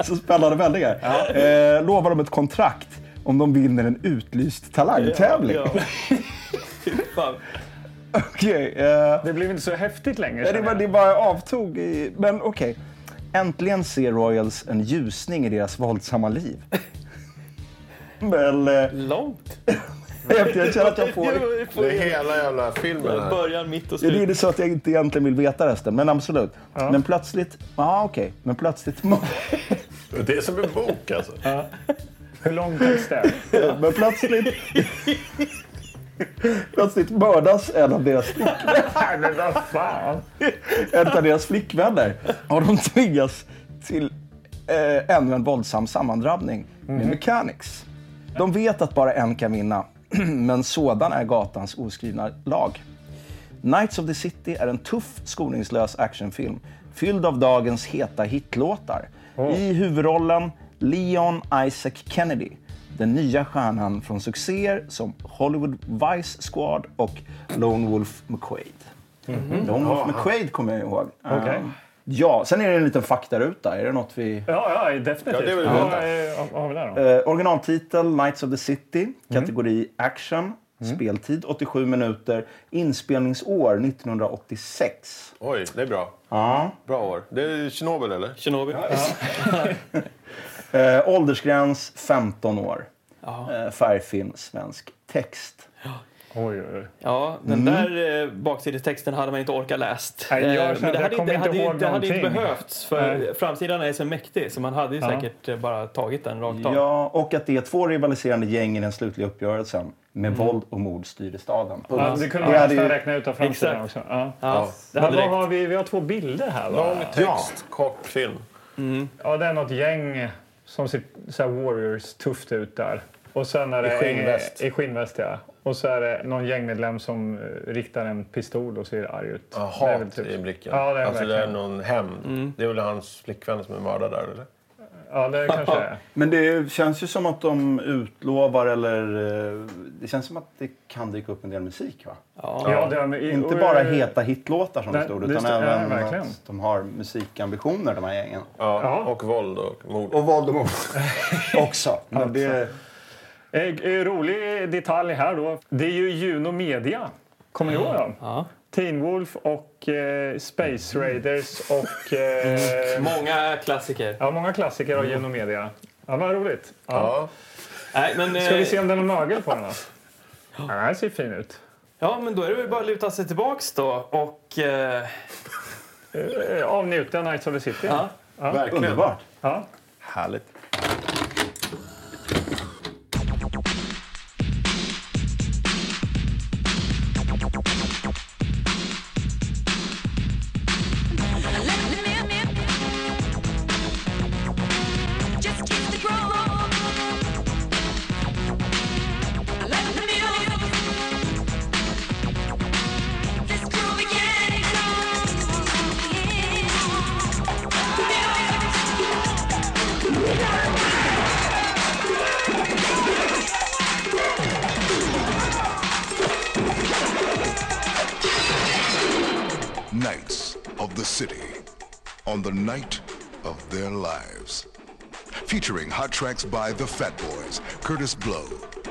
E: Så spännande vändningar. Eh, lovar de ett kontrakt om de vinner en utlyst talangtävling.
B: Ja. Fy fan.
E: Okej, eh,
D: Det blev inte så häftigt längre.
E: det,
D: känner
E: bara,
D: jag.
E: det bara avtog. I, men okej. Äntligen ser Royals en ljusning i deras våldsamma liv. Men eh,
B: Långt.
E: efter jag känner att jag får...
B: Jag får-
A: Det är hela jävla filmen här.
B: Början, mitt och
E: Ja, Det
B: slut.
E: är det så att jag inte egentligen vill veta resten, men absolut. Men plötsligt... Ja, okej. Men plötsligt...
A: Det är som en bok, alltså.
D: Hur lång text är det?
E: Men plötsligt... plötsligt mördas en av deras
D: Nej, men vad fan.
E: en av deras flickvänner har de tvingats till eh, ännu en våldsam sammandrabbning med Mechanics. De vet att bara en kan vinna, men sådan är gatans oskrivna lag. Knights of the City är en tuff, skoningslös actionfilm fylld av dagens heta hitlåtar. I huvudrollen Leon Isaac Kennedy, den nya stjärnan från succéer som Hollywood Vice Squad och Lone Wolf McQuaid.
D: Mhm.
E: Lone Wolf McQuaid kommer jag ihåg.
D: Okej.
E: Um, Ja, sen är det en liten faktaruta. Är det något vi...
D: Ja, ja, definitivt.
A: Ja, det vill vi
D: vad,
A: veta.
D: eh, vad har vi där då?
E: Eh, originaltitel Knights of the City, kategori action, speltid 87 minuter, inspelningsår 1986.
A: Oj, det är bra.
E: Ja.
A: Bra år. Det är Tjernobyl, eller?
B: Tjernobyl.
E: Eh, åldersgräns 15 år. Eh, färgfilm, svensk text.
D: Oj, oj, oj.
B: Ja,
E: Mm.
B: den där eh, baksidestexten hade man inte orkat läst.
D: Nej, jag
B: Eh,
D: kände att jag
B: hade, inte,
D: kommer inte
B: hade, ju-
D: ihåg
B: det hade inte
D: någonting.
B: behövts, för framsidan är så mäktig så man hade ju säkert eh, bara tagit den rakt av.
E: Ja, och att det är två rivaliserande gäng i den slutliga uppgörelsen med våld och mord styrde staden.
D: Ja, det kunde man
E: Ja, det-
D: nästan räkna ut av
B: Exakt.
D: framsidan också. Ja.
B: Ja, det
D: Men
B: hade
D: vad
B: räckt.
D: har vi? Vi har två bilder här va?
A: Lång text, kort film.
D: Ja, det är något gäng som ser så här Warriors tufft ut där. Och sen är det
A: I skinnväst.
D: I skinnväst, ja. Och så är det någon gängmedlem som eh, riktar en pistol och ser arg ut.
A: Ja,
D: Det är väl
A: Hat
D: typ-
A: i blicken. Mm.
D: Ja, det är
A: alltså, det är
D: verkligen.
A: någon hämnd. Det är väl hans flickvän som är mördad där, eller?
D: Ja, det kanske det är.
E: Men det känns ju som att de utlovar eller... eh, Det känns som att det kan dyka upp en del musik, va?
D: Ja, det är eh, med,
E: Inte
D: och-
E: bara heta hitlåtar som det
D: Nej,
E: stod,
D: det
E: utan
D: stod- ja,
E: även
D: verkligen.
E: att de har musikambitioner, de här gängen.
A: Ja.
D: Ja.
A: Och våld och mord.
E: Och våld och mord också. Alltså, Men det,
D: Eh, eh, rolig detalj här då. Det är ju Juno Media Kommer ni ihåg dem?
B: Ja.
D: Teen Wolf och eh, Space Raiders och...
A: Mm.
D: Eh,
B: Många klassiker.
D: ja, många klassiker av Genomedia. Ja, vad roligt. Ja.
A: Ja.
B: Nej, men,
D: Ska vi
B: eh,
D: se om det är någon nagel på den då? Ja, den här ser fin ut.
B: Ja, men då är det väl bara att luta sig tillbaks då och... Eh,
D: Eh, Avnjuta Nights of the City.
B: ja.
A: Verkligen.
C: Underbart.
D: Ja.
A: Härligt.
I: Just keep the groove on. Let the music, this groove again. Music.
J: Knights of the City on the night of their lives. Featuring hot tracks by The Fat Boys, Curtis Blow,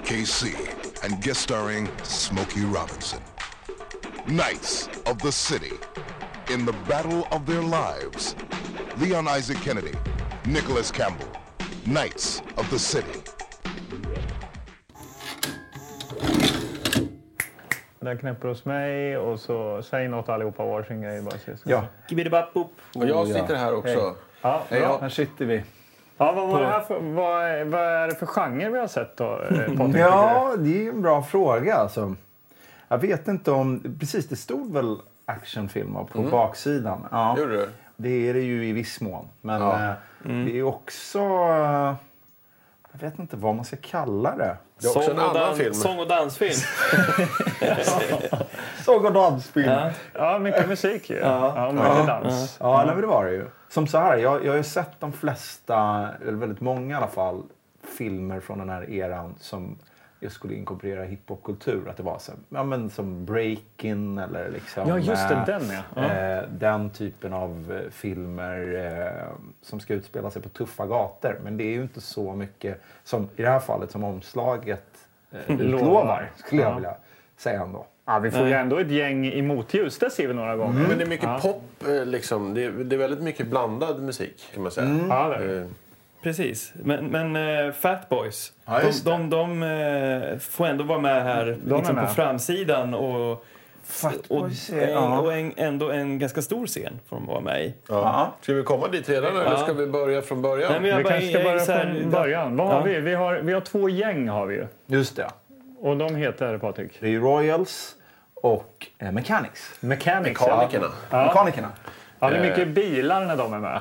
J: KC, and guest starring Smokey Robinson. Knights of the City in the battle of their lives. Leon Isaac Kennedy, Nicholas Campbell, Knights of the City.
D: Den knäpper hos mig och så säg något allihopa varsin grej bara. Så.
C: Ja,
E: Och jag sitter här också.
D: Ja, bra.
E: jag-
C: här sitter vi.
D: Ja, vad, var det här för, vad, är- vad är det för genre vi har sett då, eh, Patrik? tycker du?
C: Ja, det är ju en bra fråga. Alltså. Jag vet inte om... Precis, det stod väl actionfilmer på
D: Mm.
C: baksidan. Ja,
E: Gjorde du?
C: det är det ju i viss mån. Men
E: Ja.
C: eh,
D: Mm.
C: det är ju också... eh, Jag vet inte vad man ska kalla det.
A: Det är också en
B: Sång och,
A: annan
B: dan-
A: film.
B: sång och dansfilm.
C: Såg och dansfilm. Ja,
B: Ja.
D: Ja, mycket musik ju. Ja, mycket dans.
C: nej, men det var det ju. Som så här, jag, jag har ju sett de flesta, eller väldigt många i alla fall, filmer från den här eran som jag skulle inkorporera hiphopkultur. Att det var så, här, ja, men som Breakin eller liksom...
D: Ja, just det.
C: eh,
D: Den ja. ja.
C: Eh, den typen av eh, filmer eh, som ska utspela sig på tuffa gator. Men det är ju inte så mycket som i det här fallet som omslaget eh, utlovar, skulle jag
D: Ja.
C: vilja säga ändå. Eh,
D: Ja, vi får ju ändå ett gäng i motljus. Det ser vi några gånger.
A: Men det är mycket pop, eh, liksom. det, är, det är väldigt mycket blandad musik kan man säga.
B: Mm.
D: Ja, det är det.
A: Eh,
B: Precis. Men, men eh, Fat Boys,
E: Ja,
B: de,
E: just
B: de, de eh, får ändå vara med här liksom,
D: med.
B: på framsidan. Och, och,
C: Boys är- ja.
B: en, och en, ändå en ganska stor scen får de vara med i.
A: ja. Ska vi komma dit redan eller
B: Ja.
A: ska vi börja från början?
B: Nej, men jag
D: Vi
B: bara-
D: kanske ska
B: jag är
D: börja
B: så här-
D: från början. Vad har
B: Ja.
D: vi? Vi har, vi har två gäng har vi ju.
C: Just det.
D: Och de heter Patrik?
C: Det är ju Royals och eh, Mechanics.
D: Mechanics.
A: Mekanikerna.
D: Ja.
C: Mekanikerna.
D: Ja, det är mycket bilar när de är med.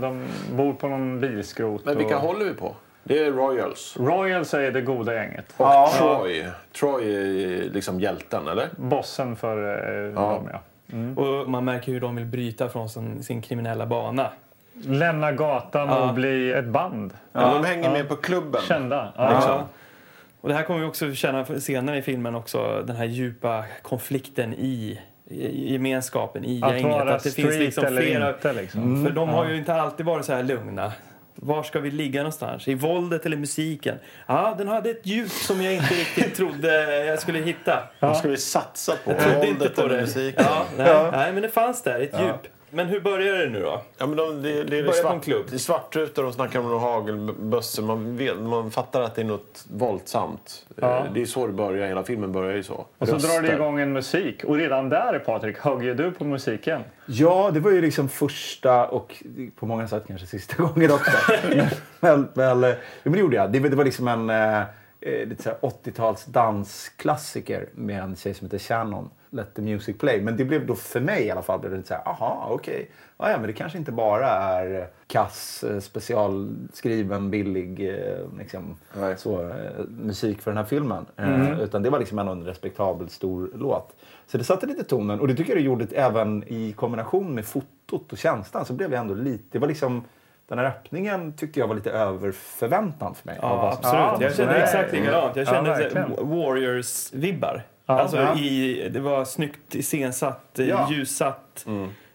D: De bor på någon bilskrot.
A: Men vilka
D: och...
A: håller vi på? Det är Royals. Och
D: Royals är det goda gänget.
A: Troy. Troy är liksom hjälten, eller?
D: Bossen för eh, dem, ja.
B: Och man märker hur de vill bryta från sin, sin kriminella bana.
D: Lämna gatan och bli ett band.
A: Men de hänger med på klubben.
D: Kända. Ja.
B: Liksom. Och det här kommer vi också känna senare i filmen också, den här djupa konflikten i i gemenskapen i
D: Att
B: gänget.
D: vara
B: Att det finns
D: street
B: liksom
D: eller
B: flera, Mm.
D: inte. Liksom.
B: För de har ju inte alltid varit så här lugna. Var ska vi ligga någonstans? I våldet eller musiken? Ja, den hade ett djup som jag inte riktigt trodde jag skulle hitta.
A: Vad ska vi satsa på?
B: Jag trodde inte
A: Våldet
B: på
A: eller
B: det.
A: musiken?
B: Ja, nej, nej, men det fanns där, ett djup. Men hur börjar det nu då?
A: Ja, men de, det, det är
B: Börja på
A: svart,
B: en klubb.
A: Det är svartrutor, de snackar om några hagelbössor. Man, vet, man fattar att det är något våldsamt. Eh, Det är så det börjar. Hela filmen börjar ju så.
D: Och så drar det igång en musik. Och redan där, Patrik, högg ju du på musiken.
C: Ja, det var ju liksom första och på många sätt kanske sista gången också. men, men, eh, jo, men det gjorde jag. Det, var- det var liksom en eh, eh, lite så här 80-tals dansklassiker med en tjej som heter Shannon. Let the music play. Men det blev då för mig i alla fall blev det lite så här, aha, okej. Ja, ja, men det kanske inte bara är eh, kass, eh, specialskriven, billig eh, liksom, så, eh, musik för den här filmen. Eh, Utan det var liksom ändå en respektabel stor låt. Så det satte lite tonen och det tycker jag det gjorde även i kombination med fotot och känslan så blev jag ändå lite, det var liksom den här öppningen tyckte jag var lite över förväntan för mig. av vad
B: Ja,
C: som-
B: absolut.
D: Ja,
B: jag kände
D: nej.
B: exakt likadant. Jag
D: Ja,
B: kände så-
D: verkligen.
B: Warriors-vibbar.
D: Ja,
B: alltså,
D: ja.
B: I, det var snyggt iscensatt, eh,
C: Ja.
D: Mm.
B: ljussatt.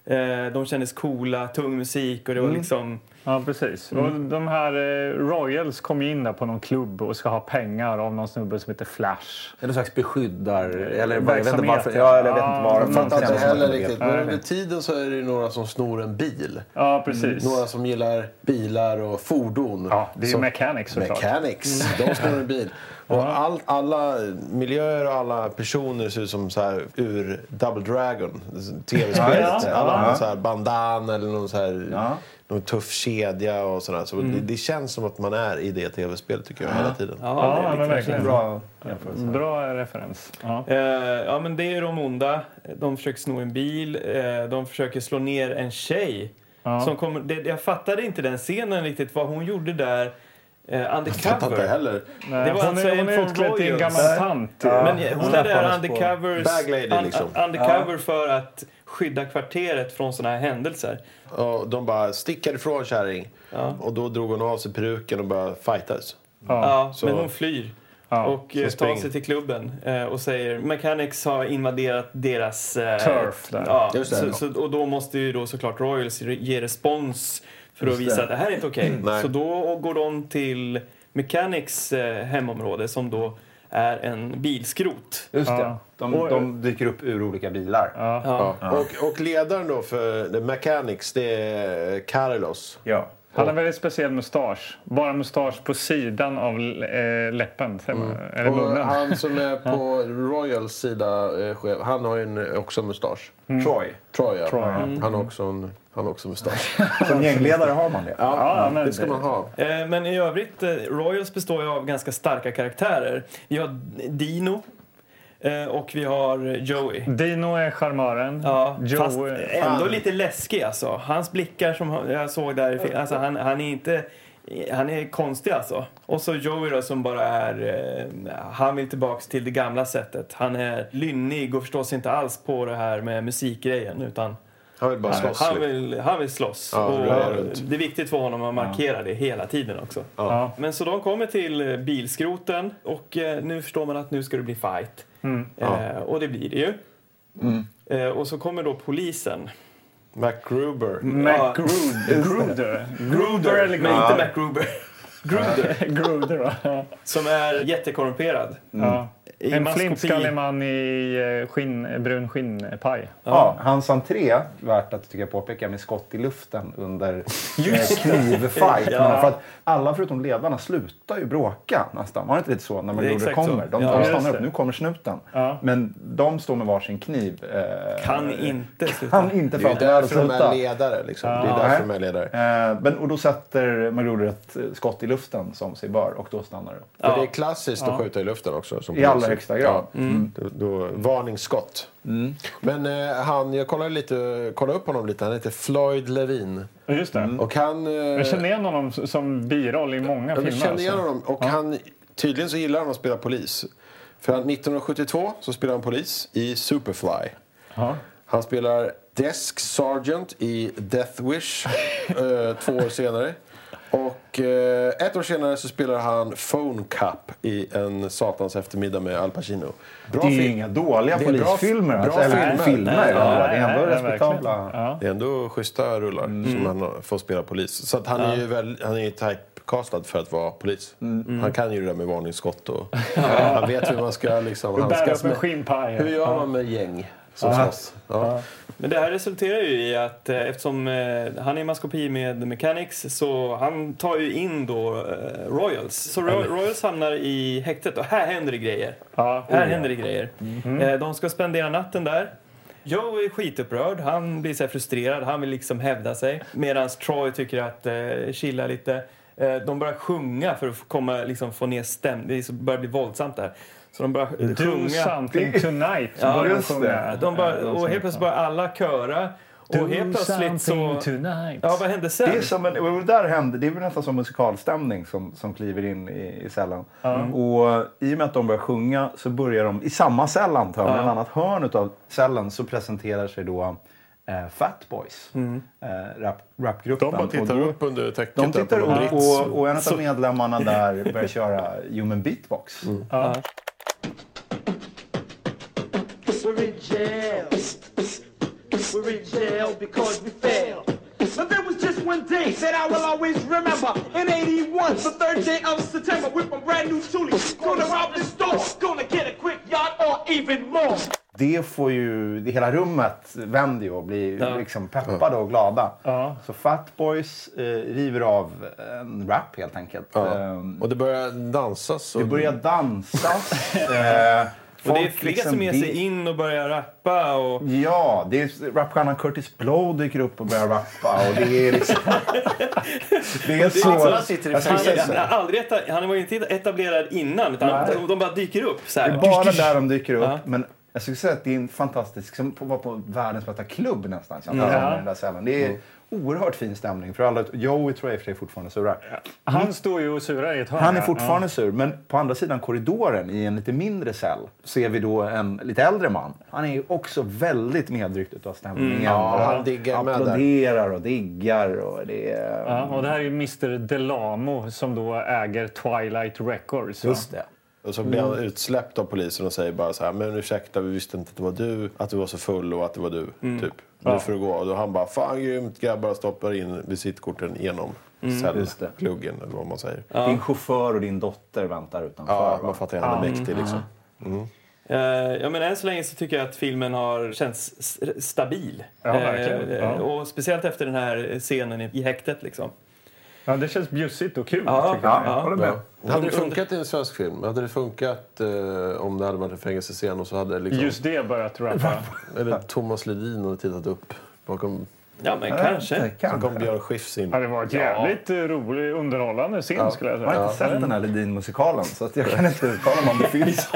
B: Eh, de kändes coola, tung musik och det var liksom...
D: Ja, precis. Och
B: Mm.
D: de här eh, Royals kom ju in där på någon klubb och ska ha pengar av någon snubbe som heter Flash.
C: Någon slags beskyddar... Eller vad- jag vet inte
D: Verksamhet,
C: varför. Ja, eller jag vet inte var.
D: Ja,
C: Jag
A: Fattar
C: fattar
A: inte
C: inte
A: heller
C: vad det
A: riktigt.
D: Nej,
A: Men
D: jag
A: under
D: vet.
A: tiden så är det ju några som snor en bil.
B: Mm.
D: Ja, precis.
A: Några som gillar bilar och fordon.
D: Ja, det är ju
A: Som-
D: Mechanics såklart.
A: Mechanics,
C: Mm.
A: de snor en bil. Och all, alla miljöer och alla personer ser ut som så här ur Double Dragon, tv-spelet.
K: Ja, ja.
A: Alla har
K: Ja.
A: så här bandan eller någon, så här,
K: Ja.
A: någon tuff kedja och sådär.
C: Mm.
A: Så det, det känns som att man är i det tv-spelet tycker jag hela tiden.
B: Ja, det är
D: Ja, men
B: lite-
D: verkligen.
K: Bra jämförelse.
D: Bra referens. Ja.
B: Eh, ja, men det är de onda. De försöker sno en bil. eh, de försöker slå ner en tjej.
D: Ja.
B: Som kommer, det, jag fattade inte den scenen riktigt, vad hon gjorde där eh,
A: Jag fattar inte
B: undercover.
A: heller.
D: Nej,
B: Det var
D: hon
B: alltså
D: är,
B: en
D: hon är
B: från
D: utklädd till en
B: Royals.
D: gammal
B: Nej.
D: tant.
B: Men eh, hon är där
K: Snapparnas
B: undercovers,
A: Bag lady,
B: un-
A: liksom.
B: un- undercover för att skydda kvarteret från såna här händelser.
A: Och de bara stick härifrån kärring. Och då drog hon av sig peruken och började fightas.
B: Ja,
A: så-
B: men hon flyr
D: Ja,
B: och
A: så
B: eh, tar
A: spring.
B: sig till klubben eh, och säger Mechanics har invaderat deras... eh,
D: Turf där.
B: Ja,
A: Just det.
B: så, så, och då måste ju då såklart Royals ge respons för att visa att det här är inte okej.
A: Nej.
B: Så då går de till Mechanics eh, hemområde som då är en bilskrot.
C: Just det.
D: Ja.
C: De,
D: Och-
C: de dyker upp ur olika bilar.
B: Ja.
A: Och, och ledaren då för The Mechanics, det är Carlos.
K: Ja.
D: Han har väldigt speciell mustasch. Bara mustasch på sidan av eh, läppen, säger man.
B: Mm.
D: eller
A: Och
D: munnen.
A: han som är på Royals sida, eh, chef, han har ju en, också mustasch.
C: Troy.
A: Troy, ja. Han har också en han har också mustasch.
K: Som gängledare har man det.
D: Ja, men
A: Det ska man ha.
B: Eh, Men i övrigt, eh, Royals består ju av ganska starka karaktärer. Vi har Dino eh, och vi har Joey.
D: Dino är charmören.
B: Ja,
D: Joe
B: fast
D: är...
B: ändå lite läskig alltså. Hans blickar som han- jag såg där i filmen, alltså han, han är inte... Han är konstig alltså. Och så Joey då som bara är... Eh, han vill tillbaks till det gamla sättet. Han är lynnig och förstår sig inte alls på det här med musikgrejen utan
A: Han vill bara slåss.
B: han
A: liksom.
B: vill, han vill slåss.
A: Ja,
B: och
A: röra runt.
B: det är viktigt för honom att markera det hela tiden också.
D: Ja.
B: Men så de kommer till eh, bilskroten och eh, nu förstår man att nu ska det bli fight.
D: Mm.
B: Eh, och det blir det ju. Eh, och så kommer då polisen.
A: liksom. MacGruber.
D: MacGruder. Gruder. Gruder eller
B: Men
D: Gruder?
B: inte MacGruber. Gruder,
D: Gruder, va? Ja.
B: som är jättekorrumperad.
D: Ja.
B: I
D: En
B: maskopi.
D: flintskallig man i eh, skinn, brun skinnpaj.
C: Ja, hans entré, värt att tycker jag påpeka, med skott i luften under eh, knivfight.
B: Ja.
C: För att alla förutom ledarna slutar ju bråka nästan. Var det inte lite så när
B: Det är
C: man
B: exakt så.
C: kommer? De,
B: Ja,
C: de
D: just
C: stannar upp,
D: det.
C: nu kommer snuten.
D: Ja.
C: Men de står med varsin kniv. Eh,
B: Kan inte sluta.
C: kan inte
A: Det är ju
C: för att de är att
A: därför de
C: sluta.
A: är ledare. Liksom. Det är därför de är ledare.
C: Eh, men, och då sätter McGruder ett eh, skott i luften som sig bör och då stannar det.
A: För det är klassiskt att skjuta i luften också. Som
C: I allra
A: polis.
C: högsta grad. Mm.
A: Ja. Mm. Då, då, varningsskott. Men eh, han, jag kollade, lite, kollade upp honom lite. Han heter Floyd Levin.
D: Ja, Just det.
B: Mm.
A: Och han... eh,
D: Jag känner igen honom s- som biroll i många
A: Ja,
D: filmer.
A: vi kände igen
D: alltså.
A: honom. Och han, tydligen så gillar han att spela polis. För han- 1972 så spelar han polis i Superfly.
D: Ja.
A: Han spelar Desk Sergeant i Death Wish eh, två år senare. Och eh, ett år senare så spelar han Phone Cup i En satans eftermiddag med Al Pacino. Bra
C: Det är ju
A: film.
C: inga dåliga
A: Det är bra-
C: polisfilmer.
A: bra
C: alltså, eller
A: filmer.
C: filmer.
A: Nej,
C: ja,
D: nej,
C: det är ändå
D: nej, nej,
C: respektabla.
D: verkligen. Ja.
A: Det är ändå schyssta rullar
C: Mm.
A: som han får spela polis. Så att han är ju väl, han är ju typecastad för att vara polis.
C: Mm.
A: Han kan ju det där med varningsskott och han vet hur man ska liksom
D: Bär
A: handskas
D: upp en
A: med.
D: skinnpaj.
A: Hur gör man med gäng som slåss? Ja.
B: Men det här resulterar ju i att eh, eftersom eh, han är i maskopi med Mechanics så han tar ju in då eh, Royals. Så Ro- Royals hamnar i häktet och här händer det grejer.
D: Ja.
B: Här händer det grejer. Eh, De ska spendera natten där. Joe är skitupprörd, han blir så här frustrerad, han vill liksom hävda sig. Medan Troy tycker att eh, chilla lite. Eh, de börjar sjunga för att få komma, liksom, få ner stämningen, det är så- börjar bli våldsamt där. Så de börjar eh,
D: Do
B: sjunga.
D: something tonight.
B: Ja,
D: börjar de
B: just
D: sjunga.
B: det. De bara, och helt plötsligt börjar alla köra. Och helt plötsligt så...
D: tonight.
B: Ja, vad hände sen?
C: Det är, som en, och där händer, det är väl nästan som musikalstämning som, som kliver in i, i cellen. Mm. Och I och med att de börjar sjunga så börjar de, i samma cell antar jag, men i ett annat hörn av cellen så presenterar sig då eh, Fat Boys, eh, rap, rapgruppen.
A: De bara
C: Och
A: tittar
C: då-
A: upp under täcket.
C: De
A: där
C: tittar
A: på någon
C: upp
A: brits.
C: och, och en av medlemmarna där börjar köra human beatbox.
E: We're in jail. We're in jail because we failed. But there was just one day that I will always remember. In 81, the third day of September, with my brand new toolie. Gonna rob this store, gonna get a quick yard or even more.
C: Det får ju, det hela rummet vänder ju och blir liksom peppade och glada. Så Fat Boys eh, river av en rap helt enkelt. Eh,
A: Och det börjar dansas. Och...
C: det börjar dansas. eh,
B: Och det är
C: folk
B: fler
C: liksom
B: som ger
C: det-
B: sig in och börjar rappa. Och...
C: Ja, det är rapstjärnan Curtis Blow dyker upp och börjar rappa. Och det är liksom... det är så...
B: liksom-
C: sitter
B: Han, han, har aldrig eta- han var ju inte etablerad innan, utan de, de bara dyker upp. Så här.
C: Det är bara där de dyker upp.
B: Ja.
C: Men jag skulle säga att det är en fantastisk, som att vara på världens bästa klubb nästan. känns det som, i den där cellen. Det är
A: Mm.
C: oerhört fin stämning. För alla, Joey tror jag i och för sig fortfarande surar.
D: Han står ju och surar i ett hörn.
C: Han är
D: här.
C: fortfarande sur, men på andra sidan korridoren i en lite mindre cell ser vi då en lite äldre man. Han är ju också väldigt medryckt utav stämningen.
A: Mm. Ja,
C: Och
A: han diggar med där.
C: Applåderar och diggar och det är...
D: Ja, och det här är ju Mr Delamo som då äger Twilight Records. va?
C: Just det.
A: Och så blir han utsläppt av polisen och säger bara så här, men ursäkta vi visste inte att det var du, att du var så full och att det var du. Typ. Nu får du gå. Och då han bara, fan grymt grabbar, och stoppar in visitkorten genom
C: Just det.
A: cellpluggen eller vad man säger. Mm. Ja,
C: Din chaufför och din dotter väntar utanför. va?
A: man fattar ju han är mäktig liksom.
B: Eh, ja, men än så länge så tycker jag att filmen har känts s- stabil.
D: Ja, verkligen.
B: Eh,
D: Ja.
B: Och speciellt efter den här scenen i, i häktet. Liksom.
D: Ja, det känns bjussigt och kul. tycker
B: ja,
D: jag.
B: ja.
A: Ja. Hade det funkat i en svensk film? Hade det funkat eh, om det hade varit en fängelsescen och så hade liksom,
D: Just det börjat rappa.
A: eller Thomas Ledin hade tittat upp bakom,
B: ja men kanske.
A: så kom Björn Skifs in.
D: Ja, det var ett jävligt eh, rolig, underhållande scen skulle jag
C: Jag har
D: säga.
C: inte sett den här Ledin-musikalen så att jag kan inte uttala mig om det finns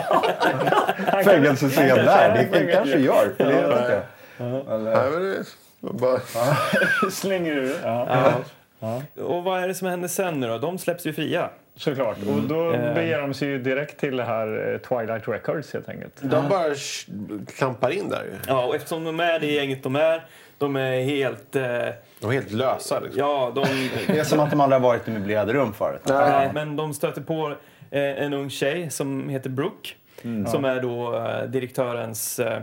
C: fängelsescen där. Det kanske gör. för det vet jag inte.
A: Nej, men det var bara...
D: Slänger ur. Ja.
B: Och vad är det som händer sen nu då? De släpps ju fria.
D: Såklart. Och då beger de sig ju direkt till det här eh, Twilight Records helt enkelt.
A: De bara sh- klampar in där ju.
B: Ja, och eftersom de är det gänget de är, de är helt... Eh,
A: De är helt lösa liksom.
B: ja, de...
C: Det är som att de aldrig har varit i möblerade rum förut.
B: Nej, men de stöter på eh, en ung tjej som heter Brooke
A: Mm.
B: som är då eh, direktörens eh,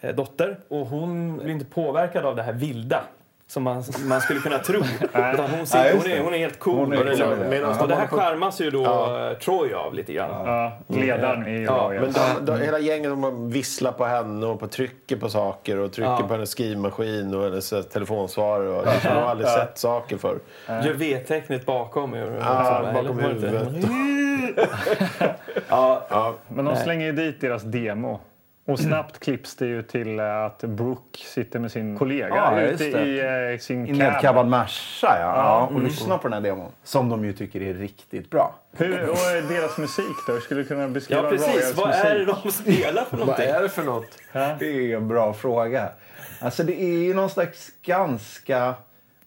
B: eh, dotter. Och hon blir inte påverkad av det här vilda som man, man skulle kunna tro. Utan hon, ser,
C: Nej, just
B: hon, är,
C: det.
B: hon är helt cool.
C: Hon är
B: och, det,
C: cool,
B: liksom-
A: ja.
B: och det här skärmas ju då eh, Troy av lite grann.
D: Ja, ledaren är ju bra.
A: Men de, de, hela gänget de visslar på henne och på, trycker på saker och trycker på hennes skrivmaskin och hennes eh, telefonsvarare. Och, liksom, de har aldrig sett saker för
B: Gör V-tecknet bakom. Gör,
A: ah,
B: eller
A: Bakom
B: var det inte?
A: huvudet.
D: Men de slänger ju dit deras demo. Och snabbt klipps det ju till eh, att Brooke sitter med sin kollega
C: Ja, just
D: ute i eh, sin
C: I
D: cab.
C: nedkabbad Merca, ja. mm. ja. Och lyssna på den här demon. Som de ju tycker är riktigt bra.
D: Hur, och eh, deras musik då? Hur skulle du kunna beskriva
B: Ja, precis.
D: Royals
B: Vad
D: musik?
B: är det de spelar för
A: Vad
B: någonting?
A: är det för något?
C: Det är en bra fråga. Alltså det är ju någon slags ganska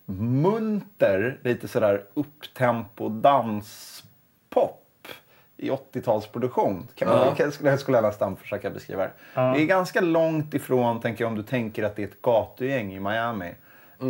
C: munter, lite sådär upptempo danspop i 80-talsproduktion. Kan man, kan- skulle, skulle jag nästan försöka beskriva det. Det är ganska långt ifrån, tänker jag, om du tänker att det är ett gatugäng i Miami.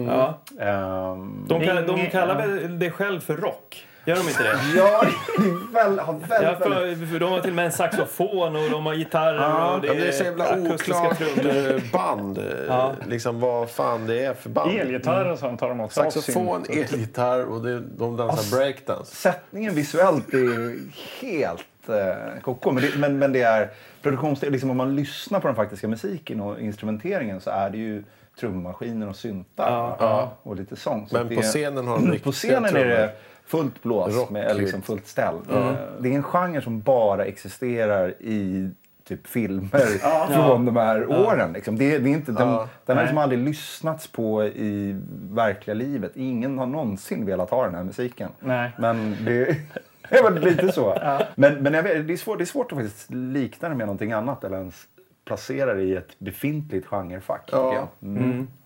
B: Ja.
C: Ehm,
B: De kallar, de kallar väl det själv för rock? Gör de inte det?
C: ja, det är väl, har
B: Ja,
C: väldigt, väldigt...
B: för, för de har till och med en saxofon och de har gitarrer och det
A: Ja,
B: är,
A: det är så jävla
B: akustiska
A: oklart
B: trummor.
A: eh, band. eh, Liksom vad fan det är för band.
D: Elgitarr och sånt har de också. Och
A: Saxofon,
D: synt.
A: elgitarr och det, de dansar breakdance.
C: Sättningen visuellt är ju helt eh, koko. Men, det- men, men det är produktions... Liksom om man lyssnar på den faktiska musiken och instrumenteringen så är det ju trummaskiner och syntar va? och lite sång. Så
A: Men
C: det,
A: på scenen har de riktiga
C: På scenen är
A: trummor.
C: det fullt blås,
A: Rock,
C: med, eller liksom fullt ställ.
B: Mm.
C: Eh, Det är en genre som bara existerar i typ filmer från de här åren. Liksom. Det, det är inte, den, den har liksom aldrig lyssnats på i verkliga livet. Ingen har någonsin velat ha den här musiken.
D: Nej.
C: Men det... Det var lite så. Men, men jag vet, det, är svårt, det är svårt att faktiskt likna det med någonting annat eller ens placera det i ett befintligt genrefack. tycker jag.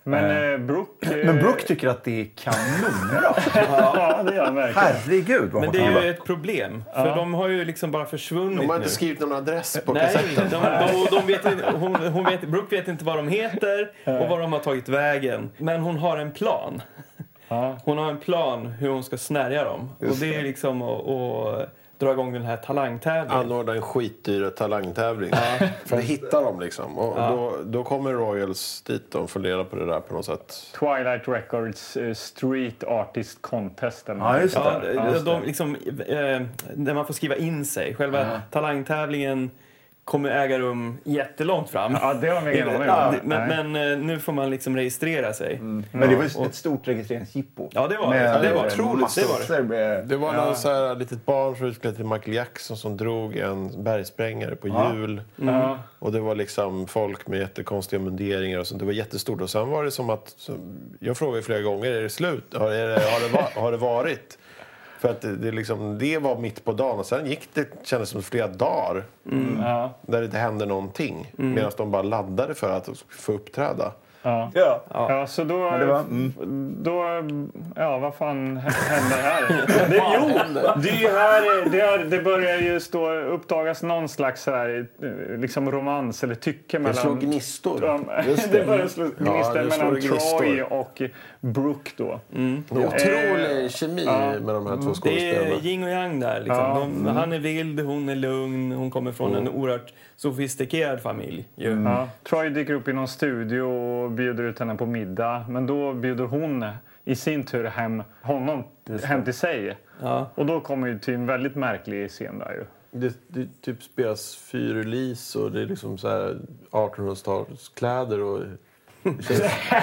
D: Men eh, Brooke... eh,
C: Men Brooke tycker att det är kanonbra.
D: Ja, det gör han verkligen.
C: Herregud vad
B: Men
C: hon
B: det är
C: kan
B: ju ett problem, för de har ju liksom bara försvunnit
A: De har inte
B: nu.
A: skrivit någon adress på
B: Nej,
A: kassetten.
B: de, de, de vet inte, hon, hon vet, Brooke vet inte vad de heter och var de har tagit vägen. Men hon har en plan. Hon har en plan hur hon ska snärja dem. och det är liksom att att dra igång den här talangtävlingen.
A: Anordna en skitdyr talangtävling. För att hitta dem liksom. Och då, då kommer Royals dit och funderar på det där på något sätt.
D: Twilight Records eh, Street Artist Contest. eller
E: Ja,
D: något
E: just
D: sånt
B: Ja,
D: där.
B: de, de, liksom, eh, där man får skriva in sig. Själva talangtävlingen kommer äga rum jättelångt fram.
D: Ja, det har de ingen aning om.
B: Ja, det-
D: Nej.
B: men,
D: Mm.
B: men eh, nu får man liksom registrera sig.
E: Men det var ju ett stort registreringsjippo.
B: Ja, det var det. Ja, det var otroligt. Det var det.
E: massor med-
A: Det var någon så här litet barn som utklädd till Michael Jackson som drog en bergsprängare på hjul.
D: Ja.
A: Och det var liksom folk med jättekonstiga munderingar och sånt. Det var jättestort. Och sen var det som att... Så, jag frågade ju flera gånger, är det slut? Har, är det, har, det, va- har det varit? För att det, det, liksom, det var mitt på dagen. Och sen gick det, kändes som flera dagar.
D: Ja.
A: Där det inte hände någonting. Medan de bara laddade för att få uppträda.
D: Ja.
E: Ja.
D: Ja, så då...
E: det var- mm.
D: då ja, vad fan händer här? Det, jo, det är ju här eh, det, är, det börjar ju stå, uppdagas någon slags så här, eh, liksom romans eller tycke mellan...
A: slog gnistor.
D: De,
A: Just
D: det.
A: det.
D: börjar slå gnistor
A: det slår
D: mellan
A: gnistor. Mm.
D: Troy och Brooke då.
A: Det är otrolig kemi med de här två
B: Det är
A: skådespelarna.
B: yin och yang där. Liksom.
D: Ja. Mm.
B: De, han är vild, hon är lugn, hon kommer från en oerhört sofistikerad familj. Ju.
D: Ja, Troy dyker upp i någon studio och bjuder ut henne på middag. Men då bjuder hon i sin tur hem honom hem till sig.
B: Ja.
D: Och då kommer ju till en väldigt märklig scen där ju.
A: Det, det typ spelas fyrulis och det är liksom så här 1800-talskläder och... Det känns,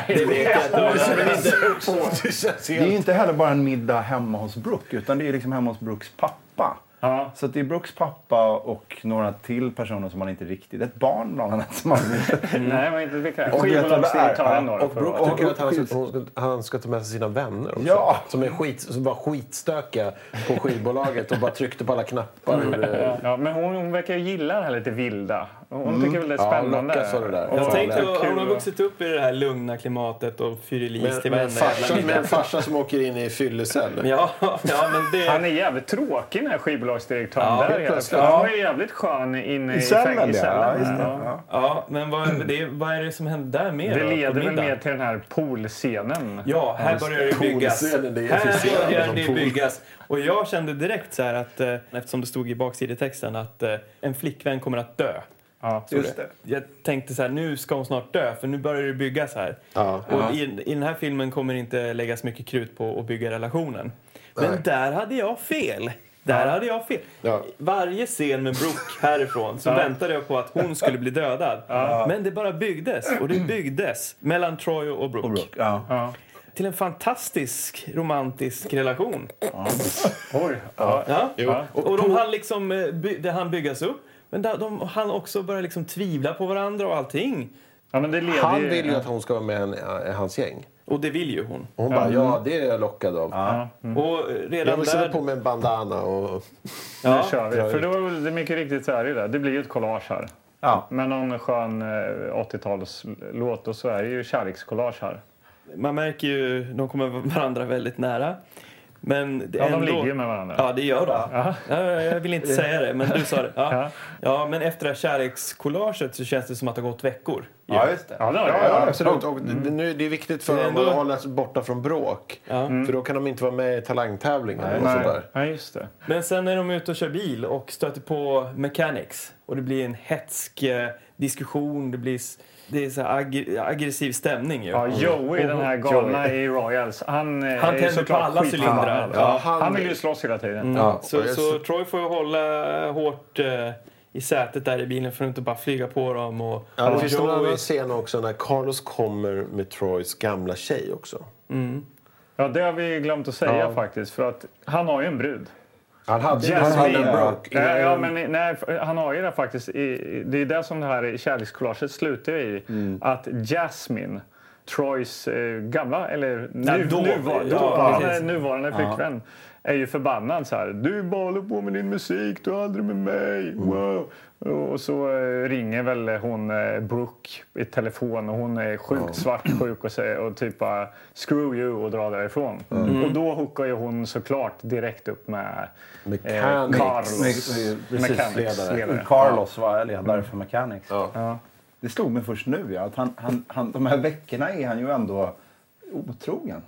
A: det vet jag inte. vad det är. Det känns
E: Det är ju
A: helt...
E: inte heller bara en middag hemma hos Brooke, utan det är ju liksom hemma hos Brookes pappa.
D: Ja.
E: Så att det är Brooks pappa och några till personer som man inte riktigt... Ett barn bland annat som man inte...
D: Nej, men inte vilka.
E: Och
D: Skivbolagsdirektören då.
E: Greta
D: då,
A: Och
D: för
A: Brooke
D: att-
A: tycker att han ska, hon ska, han ska ta med sig sina vänner också.
E: Ja.
A: Som, är skit, som var skitstökiga på skivbolaget och bara tryckte på alla knappar. Och, eh,
D: Ja, men hon, hon verkar ju gilla det här lite vilda. Hon tycker väl det är
A: Ja,
D: spännande.
A: lockas av det där.
D: Och-
A: Jag
B: Jag tänkte,
D: det är kul
B: hon har
D: att-
B: vuxit upp i det här lugna klimatet och fyrilis
A: med,
B: till
A: med, en
B: varenda
A: farsa,
B: jävla
A: med en
B: middag.
A: farsa som åker in i fyllecell.
B: Ja, ja, men det...
D: Han är jävligt tråkig den här skivbolagsdirektören.
B: Ja,
D: där
B: helt
D: hela
A: plötsligt.
D: tiden. Han var ju jävligt skön inne i,
E: cellen,
D: fäng- i
E: ja. Ja, just det.
D: Ja.
B: Ja, men vad, det, vad är det som händer där med
D: Det
B: då, på
D: leder väl
B: middagen?
D: mer till den här poolscenen.
B: Ja, här börjar det byggas.
A: Poolscenen, det är
B: Här
A: officiellt liksom,
B: börjar
A: som
B: det
A: pool.
B: byggas. Och jag kände direkt så här att, eh, eftersom det stod i baksidetexten att eh, en flickvän kommer att dö.
D: Ja.
E: Just det.
B: Jag tänkte så här, nu ska hon snart dö för nu börjar det byggas här.
A: Ja.
B: Och i, i den här filmen kommer det inte läggas mycket krut på att bygga relationen. Men
A: Nej.
B: där hade jag fel. Där hade jag fel.
A: Ja.
B: Varje scen med Brooke härifrån så väntade jag på att hon skulle bli dödad. Men det bara byggdes och det byggdes mellan Troy och Brooke.
E: Brooke, ja.
D: Ja.
B: Till en fantastisk romantisk relation.
D: Oj. Ja.
B: Ja.
A: Jo.
B: Och, och de hann liksom, eh, by, det hann byggas upp. Men där, de hann också börja liksom tvivla på varandra och allting.
D: Ja, men det leder
A: Han vill ju att hon ska vara med i en- i hans gäng.
B: Och det vill ju hon.
A: Hon bara, ja det är jag lockad av.
B: Och eh,
A: Jag
B: redan
A: vill
B: där...
A: sätta på mig en bandana och...
D: Nu kör vi. För det var väl det är mycket riktigt så här i det. Det blir ju ett collage här.
E: Ja.
D: Med någon skön eh, 80-talslåt och så är det ju kärlekskollage här.
B: Man märker ju, de kommer varandra väldigt nära. Men det
D: Ja, de
B: ändå...
D: ligger ju med varandra.
B: Ja, det gör de. Ja, jag vill inte säga det, men du sa det. Ja,
D: Ja.
B: ja men efter det här kärlekskollaget så känns det som att det har gått veckor.
E: Ja, just det.
D: Ja, det har
A: Ja,
D: jag.
A: ja, absolut. Och det, nu, det är viktigt för
B: Det är
A: dem
B: ändå-
A: att hålla sig borta från bråk. För då kan de inte vara med i talangtävlingen och
D: Nej. Mm.
A: sådär.
D: Ja, just det.
B: Men sen är de ute och kör bil och stöter på mechanics. Och det blir en hetsk eh, diskussion. Det blir s- det är så här ag- aggressiv stämning ju.
D: Ja, Joey, den här galna i Royals, han, eh,
B: Oh, Han
D: är ju
B: tänder på
D: såklart
B: alla
D: skitförbannad.
B: cylindrar. Mm.
A: Ja,
B: Ja.
A: han,
D: Han vill ju slåss hela tiden.
A: Ja,
B: Så,
A: och jag-
B: så Troy får ju hålla hårt eh, i sätet där i bilen för att inte bara flyga på dem. Och,
A: Ja, det
B: och
A: finns en
B: Joey-
A: annan scen också när Carlos kommer med Troys gamla tjej också.
D: Ja, det har vi glömt att säga faktiskt. För att han har ju en brud.
A: Han hade,
D: Jasmine.
A: han hade en bråk.
D: Ja, ja, men i- nej, f- han har ju det faktiskt. i- I, det är det som det här kärlekskollaget slutar i. Att Jasmine, Troys eh, gamla, eller nu,
B: då-
D: nuvar,
B: ja,
D: dåvarande-
B: precis.
D: nuvarande flickvän är ju förbannad så här. Du bara håller på med din musik, du är aldrig med mig. Wow. Och så eh, ringer väl hon eh, Brooke i telefon och hon är sjukt svartsjuk och, säger, och typ bara screw you och drar därifrån. Och då hookar ju hon såklart direkt upp med
A: Mechanics.
D: Carlos.
E: Precis,
D: Mechanics ledare.
E: Carlos var ledare för Mechanics.
A: Ja.
E: Det slog mig först nu ja, att han, han, han, de här veckorna är han ju ändå otrogen.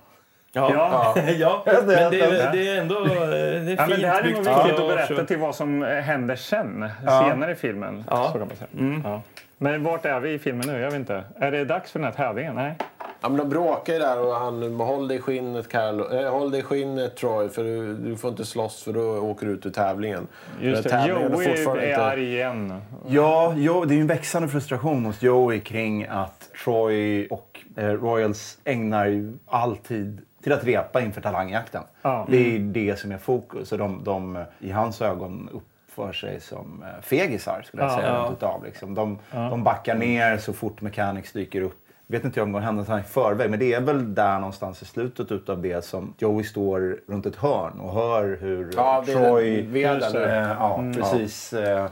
B: Ja, ja. men det, är-
D: Ja.
B: det är ändå eh, det är fint
D: Ja, men det här är nog
B: byggt.
D: viktigt att
B: Ja,
D: berätta
B: så-
D: till vad som eh, händer sen, senare i filmen. Så kan man säga.
B: Mm.
D: Ja. Men vart är vi i filmen nu? Jag vet inte. Är det dags för den här tävlingen? Nej.
A: Ja, men de bråkar ju där och han håll dig i skinnet, Carlo, äh, håll dig i skinnet Troy för du, du får inte slåss för då åker du ut ur tävlingen.
D: Just
A: För
D: det.
A: tävlingen har
D: Joey är
A: fortfarande inte-
D: arg igen.
C: Ja, jo, det är ju en växande frustration hos Joey kring att Troy och eh, Royals ägnar ju all tid till att repa inför talangjakten.
D: Ja.
C: Det är ju det som är fokus och de, de eh, i hans ögon uppför sig som eh, fegisar skulle jag
D: Ja,
C: säga.
D: ja.
C: rent Utav, liksom. de, de backar ner så fort Mechanics dyker upp. Vet inte jag om det hände så här i förväg, men det är väl där någonstans i slutet utav det som Joey står runt ett hörn och hör hur
A: Ja, det är
C: Troy...
A: den veden
C: Just det.
A: där.
C: Eh, ja,
D: Mm.
C: precis. Eh,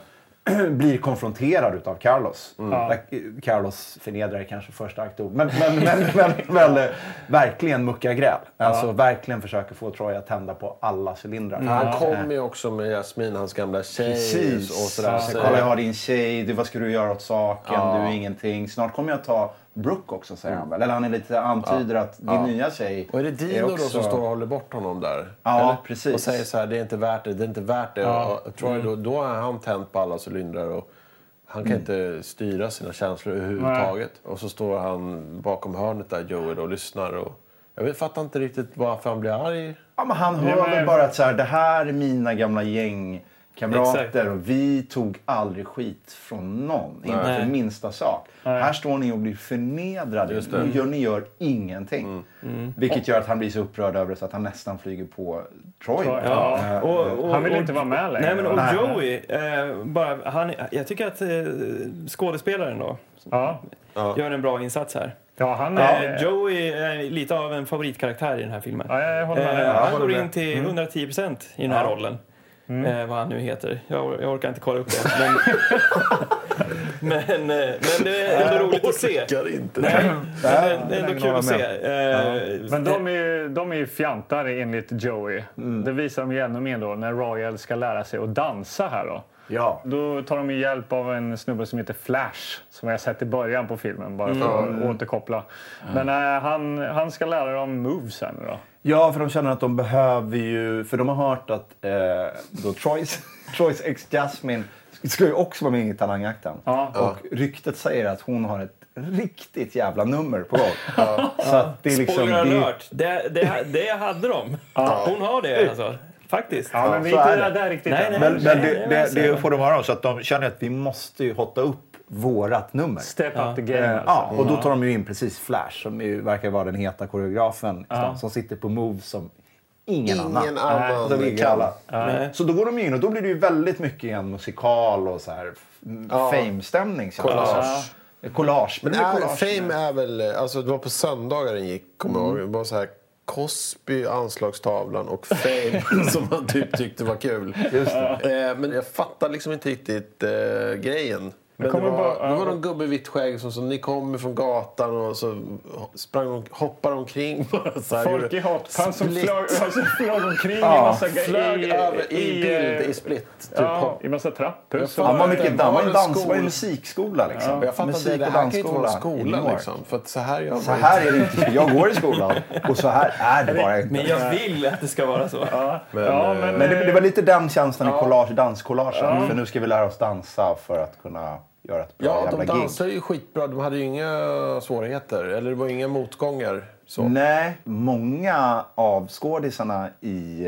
C: blir konfronterad utav Carlos.
A: Mm.
C: Där, eh, Carlos förnedrar kanske första aktor. Men, men, men, men, men eh, verkligen muckar gräl. Alltså verkligen försöker få Troy att tända på alla cylindrar.
A: Han kommer ju också med Jasmin, hans gamla tjej.
C: Precis.
A: Och sådär.
C: Så,
A: Så-
C: kolla, jag har din tjej. Du, vad ska du göra åt saken? Du är ingenting. Snart kommer jag ta Brooke också, säger han väl. Eller han är lite antyder att din nya tjej
A: Och är det Dino då
C: också-
A: som står och håller bort honom där?
C: Ja,
A: Eller?
C: precis. Mm.
A: Och säger så här, det är inte värt det, det är inte värt det. Och Troy, då, då har han tänt på alla cylindrar och han kan inte styra sina känslor överhuvudtaget. Och så står han bakom hörnet där, Joey, då, och lyssnar. Och jag vet, fattar inte riktigt varför han blir arg.
C: Ja, men han hör
D: Ja, men-
C: väl bara att så här, det här är mina gamla gängkamrater
B: Exakt.
C: och vi tog aldrig skit från någon. Inte för minsta sak. Här står ni och blir förnedrade och gör, ni gör ingenting.
D: Mm.
C: Vilket gör att han blir så upprörd över det så att han nästan flyger på Troy.
D: Ja.
C: Eh,
B: Och, och,
D: Han vill
B: och-
D: inte vara med längre.
B: Nej, men och
C: Nej.
B: Joey, eh, bara, han, jag tycker att eh, skådespelaren då
D: Ja.
B: gör en bra insats här.
D: ja, han
B: Ja,
D: är...
B: Joey är lite av en favoritkaraktär i den här filmen.
D: Ja, jag håller med. Mm.
B: Eh,
D: dig.
B: han går in till 110 procent i den här rollen.
D: Mm.
B: Eh, vad han nu heter. Jag, or- jag orkar inte kolla upp det. Men, men, eh, men det är ändå roligt att se.
A: inte.
B: Nej, men det är det är ändå kul att se. Eh,
D: Men de är, ju, de är ju fjantar enligt Joey.
B: Mm.
D: Det visar de ju ännu mer då när Royal ska lära sig att dansa här då.
C: ja.
D: Då tar de ju hjälp av en snubbe som heter Flash, som jag sett i början på filmen, bara för att återkoppla. Men eh, han, han ska lära dem moves här nu då.
C: Ja, för de känner att de behöver ju... För de har hört att eh, då Troys, Troys ex Jasmine ska ju också vara med i Talangjakten.
D: Ja.
C: Och ryktet säger att hon har ett riktigt jävla nummer på gång. Så att det är liksom...
B: Spoiler
C: det är-
B: alert. Det, det, det hade de. Hon har det alltså. Faktiskt.
D: Ja, men vi
C: så
D: är
C: är
D: inte
C: det.
D: där, där riktigt
B: Nej,
D: än.
B: nej.
C: Men, men det,
B: Nej,
C: det,
B: alltså.
C: det får de höra av, så att de känner att vi måste ju hotta upp vårat nummer.
D: Step up the game.
C: Eh,
D: alltså.
C: Ja, och då tar de ju in precis Flash som ju verkar vara den heta koreografen i stan, som sitter på moves som ingen,
A: Ingen
C: annan.
A: annan
C: Så, ligger
A: kan.
C: alla. så då går de ju in och då blir det ju väldigt mycket en musikal och så här ja. fame-stämning. känns det
A: Collage.
C: som. Collage.
A: Men
C: det blir
A: är,
C: collage.
A: Fame är väl... Alltså det var på söndagar den gick, kommer jag ihåg. Det var så här Cosby, Anslagstavlan och Fame som man typ tyckte var kul. Eh, men jag fattar liksom inte riktigt eh, grejen. Men det
D: kommer
A: var,
D: bara-
A: det var någon gubbe i vitt skägg som, som ni kommer från gatan och så sprang de, hoppade omkring. bara Så här,
D: Folk
A: gjorde-
D: i hotpants som
A: Split.
D: flög, alltså, flög omkring i
C: Ja.
D: massa...
A: Flög över i bild
D: eh,
A: i split. Typ
D: Ja,
A: hopp.
D: i massa trapphus.
A: Jag
C: Han var
A: fan-
C: mycket
A: Var
C: dans, var
A: det
C: en dans,
A: skol-
C: var en musikskola liksom.
A: Och jag fattar inte,
C: Musik
A: det
C: och
A: här kan ju inte vara liksom. en
C: dansskola i New
A: skola
C: York.
A: liksom. För att så här gör
C: Så
A: man
C: här är det inte. Jag går i skolan och så här är det bara inte.
B: Men jag vill att det ska vara så.
A: Men,
D: Ja,
A: eh,
D: men,
C: Men det, det var
D: eh,
C: lite den känslan i collage, danskollagen. För nu ska vi lära oss dansa för att kunna göra ett bra
A: Ja, de
C: jävla gig.
A: dansade ju skitbra. De hade ju inga svårigheter. Eller det var inga motgångar. Så.
C: Nej, många av skådisarna i,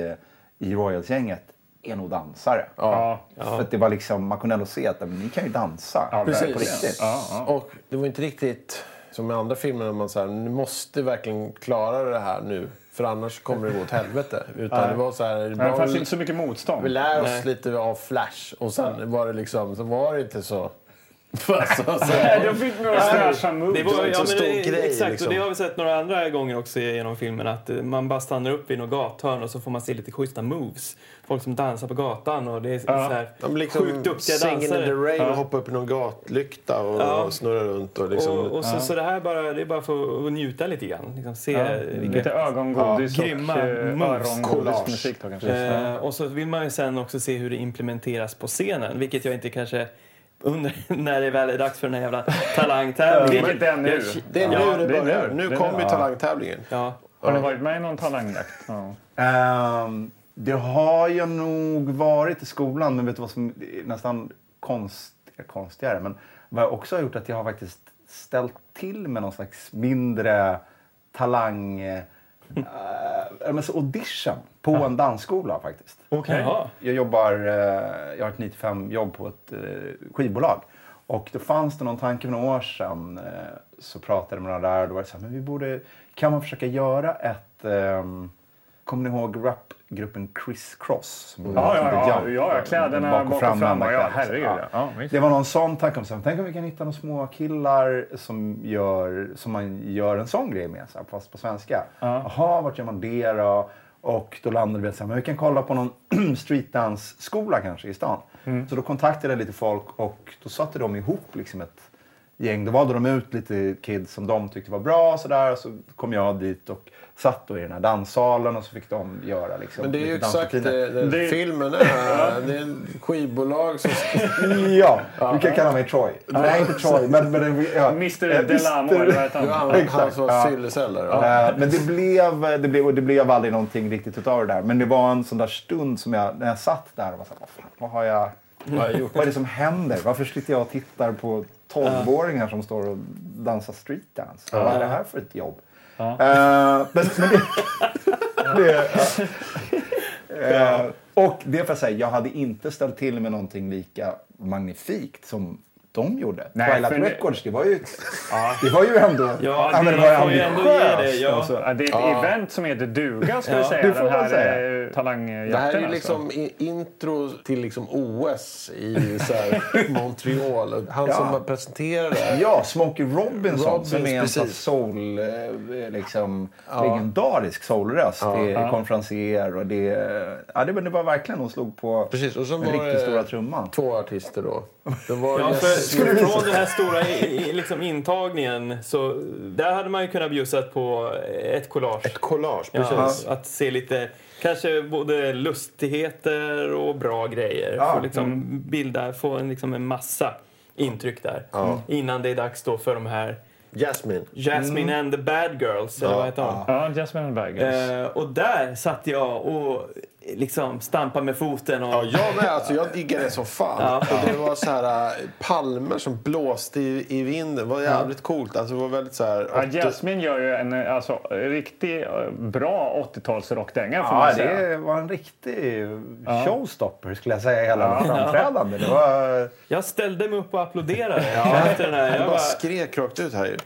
C: i Royals-gänget är nog dansare.
D: ja.
C: För att det var liksom, man kunde ändå se att men, ni kan ju dansa.
D: Ja,
C: på
A: Precis.
C: riktigt.
A: Och det var inte riktigt som i andra filmer när man säger ni måste verkligen klara det här nu för annars kommer det gå åt helvete. Utan det var så här, det
D: Men det
A: var
D: fanns
A: väl-
D: inte så mycket
A: vi
D: motstånd.
A: lär oss lite av Flash och sen var det liksom, så var det inte så... alltså, så
D: Nej, de fick några fräscha moves.
B: Det var,
A: en
B: ja,
A: så
B: men
A: stor
B: det,
A: grej,
B: exakt,
A: liksom.
B: och det har vi sett några andra gånger också genom filmen att eh, man bara stannar upp i något gathörn och så får man se lite schyssta moves. Folk som dansar på gatan och det är så här
A: de liksom
B: sjukt duktiga
A: singing in the
B: dansare.
A: rain och hoppade upp i någon gatlykta och, och snurrade runt. Och liksom,
B: Och, och så, så det här bara, det är bara för att njuta lite grann. Liksom se vilka,
D: Lite ögongodis
B: Ja, grymma
D: och eh,
B: moves.
A: Collage.
D: örongodismusik. då kanske.
B: Eh, och så vill man ju sen också se hur det implementeras på scenen, vilket jag inte kanske undrar när det väl är dags för den här jävla talangtävlingen.
D: Vilket det är nu.
B: Jag-
A: det är
D: Ja,
A: nu det
D: det är
A: börjar.
D: nu.
A: Nu
D: Det är
A: kommer
D: nu.
A: ju talangtävlingen.
B: Ja.
D: Har du varit med i någon talangjakt? Ja.
C: Ehm, det har jag nog varit i skolan, men vet du vad som är nästan konst, eh, konstigare? Men vad jag också har gjort är att jag har faktiskt ställt till med någon slags mindre talang... eh, eh, men så audition på en dansskola faktiskt.
B: Okej. Jaha.
C: Jag jobbar, eh, jag har ett 95 jobb på ett eh, skivbolag. Och då fanns det någon tanke för några år sedan. eh, Så pratade man där och då var det så här, men vi borde, kan man försöka göra ett, ehm, kommer ni ihåg rapgruppen Criss Cross? Som gjorde
D: Ja,
C: något
D: ja,
C: som hette
D: ja,
C: Jump,
D: ja, ja,
C: eh,
D: kläderna bak och fram,
C: vända
D: ja,
C: kläder.
D: herregud, ja. Ja, visst.
C: det var någon sån tanke, om, så här, tänk om vi kan hitta några små killar som, gör, som man gör en sån grej med, så här, fast på svenska. Jaha, vart gör man det då? Och då landade vi i att så här, men vi kan kolla på någon streetdance-skola kanske i stan.
A: Mm.
C: Så då kontaktade jag lite folk och då satte de ihop liksom ett gäng. Då valde de ut lite kids som de tyckte var bra och sådär. Så kom jag dit och satt då i den här danssalen och så fick de göra liksom
A: Men det är ju
C: lite
A: exakt eh,
C: dansrutiner.
A: det, det,
D: Det-
A: filmen är. Det är en skivbolag som...
C: Ja, du kan kalla mig Troy. Nej, inte Troy, men... men men- ja.
D: Mr
C: Eh,
D: Delamo,
C: Mr.
D: eller vad heter
A: Du
D: han?
A: har han
C: Exakt,
A: som
C: ja.
A: fylleceller.
C: Eh, Men det blev, det, blev, och det blev aldrig någonting riktigt utav det där. Men det var en sån där stund som jag, när jag satt där och var så här, vad, fan, vad har jag...
A: Vad har jag gjort?
C: Vad är det som händer? Varför sitter jag och tittar på 12-åringar som står och dansar streetdance? Vad är det här för ett jobb? Eh, men, men det, det, ja. Eh, och det får jag säga, jag hade inte ställt till med någonting lika magnifikt som de gjorde.
D: Nej, för
C: Twilight
D: det-
C: Records, det var ju, det var ju ändå,
B: Ja,
C: ja, men
B: det-
C: det var ju
B: man får ju ändå ge det,
C: ambitiöst
B: ja.
C: alltså.
D: Ja, det är ett event som heter duga, ska vi säga.
C: det får
D: den
C: man
D: här
C: säga.
D: eh, talangjakten.
A: Det här är ju
D: alltså.
A: liksom i- intro till liksom OS i så här Montreal. Han som presenterar det här.
C: Ja, Smokey Robinson
A: Robbins,
C: som är en sån
A: precis.
C: soul, eh, liksom, legendarisk soulröst. Det är konferencier och det, ja, det, var- det var verkligen hon slog på
A: Precis, och sen
C: den
A: var
C: riktigt
A: det
C: stora trumman.
A: två artister då. Det var
B: Ja, för,
A: Jess-
B: från den här stora i, i, liksom intagningen så där hade man ju kunnat bjussat på ett collage.
A: ett collage.
B: Ja,
A: Precis.
B: Att se lite, kanske både lustigheter och bra grejer. Få, liksom bilda, få en, liksom en massa intryck där. Innan det är dags då för de här
A: Jasmine.
B: Jasmine
A: Mm.
B: and the Bad Girls, eller vad heter hon?
D: Ja, Jasmine Baggins.
B: Eh, och där satt jag och liksom stampade med foten. Och,
A: Ja, jag med. Alltså, jag diggade det som fan. Och det var så här, äh, palmer som blåste i, i vinden. Det var jävligt coolt. Alltså, det var väldigt så här...
D: Ja,
A: åttio-
D: Jasmine gör ju en eh, alltså, riktig eh, bra 80-talsrockdänga får
C: Ja,
D: man säga.
C: det var en riktig showstopper skulle jag säga, hela ja. framträdande. Det var...
B: Jag ställde mig upp och applåderade. Efter den här. Jag
A: Jag bara
B: bara,
A: skrek rakt ut här ju.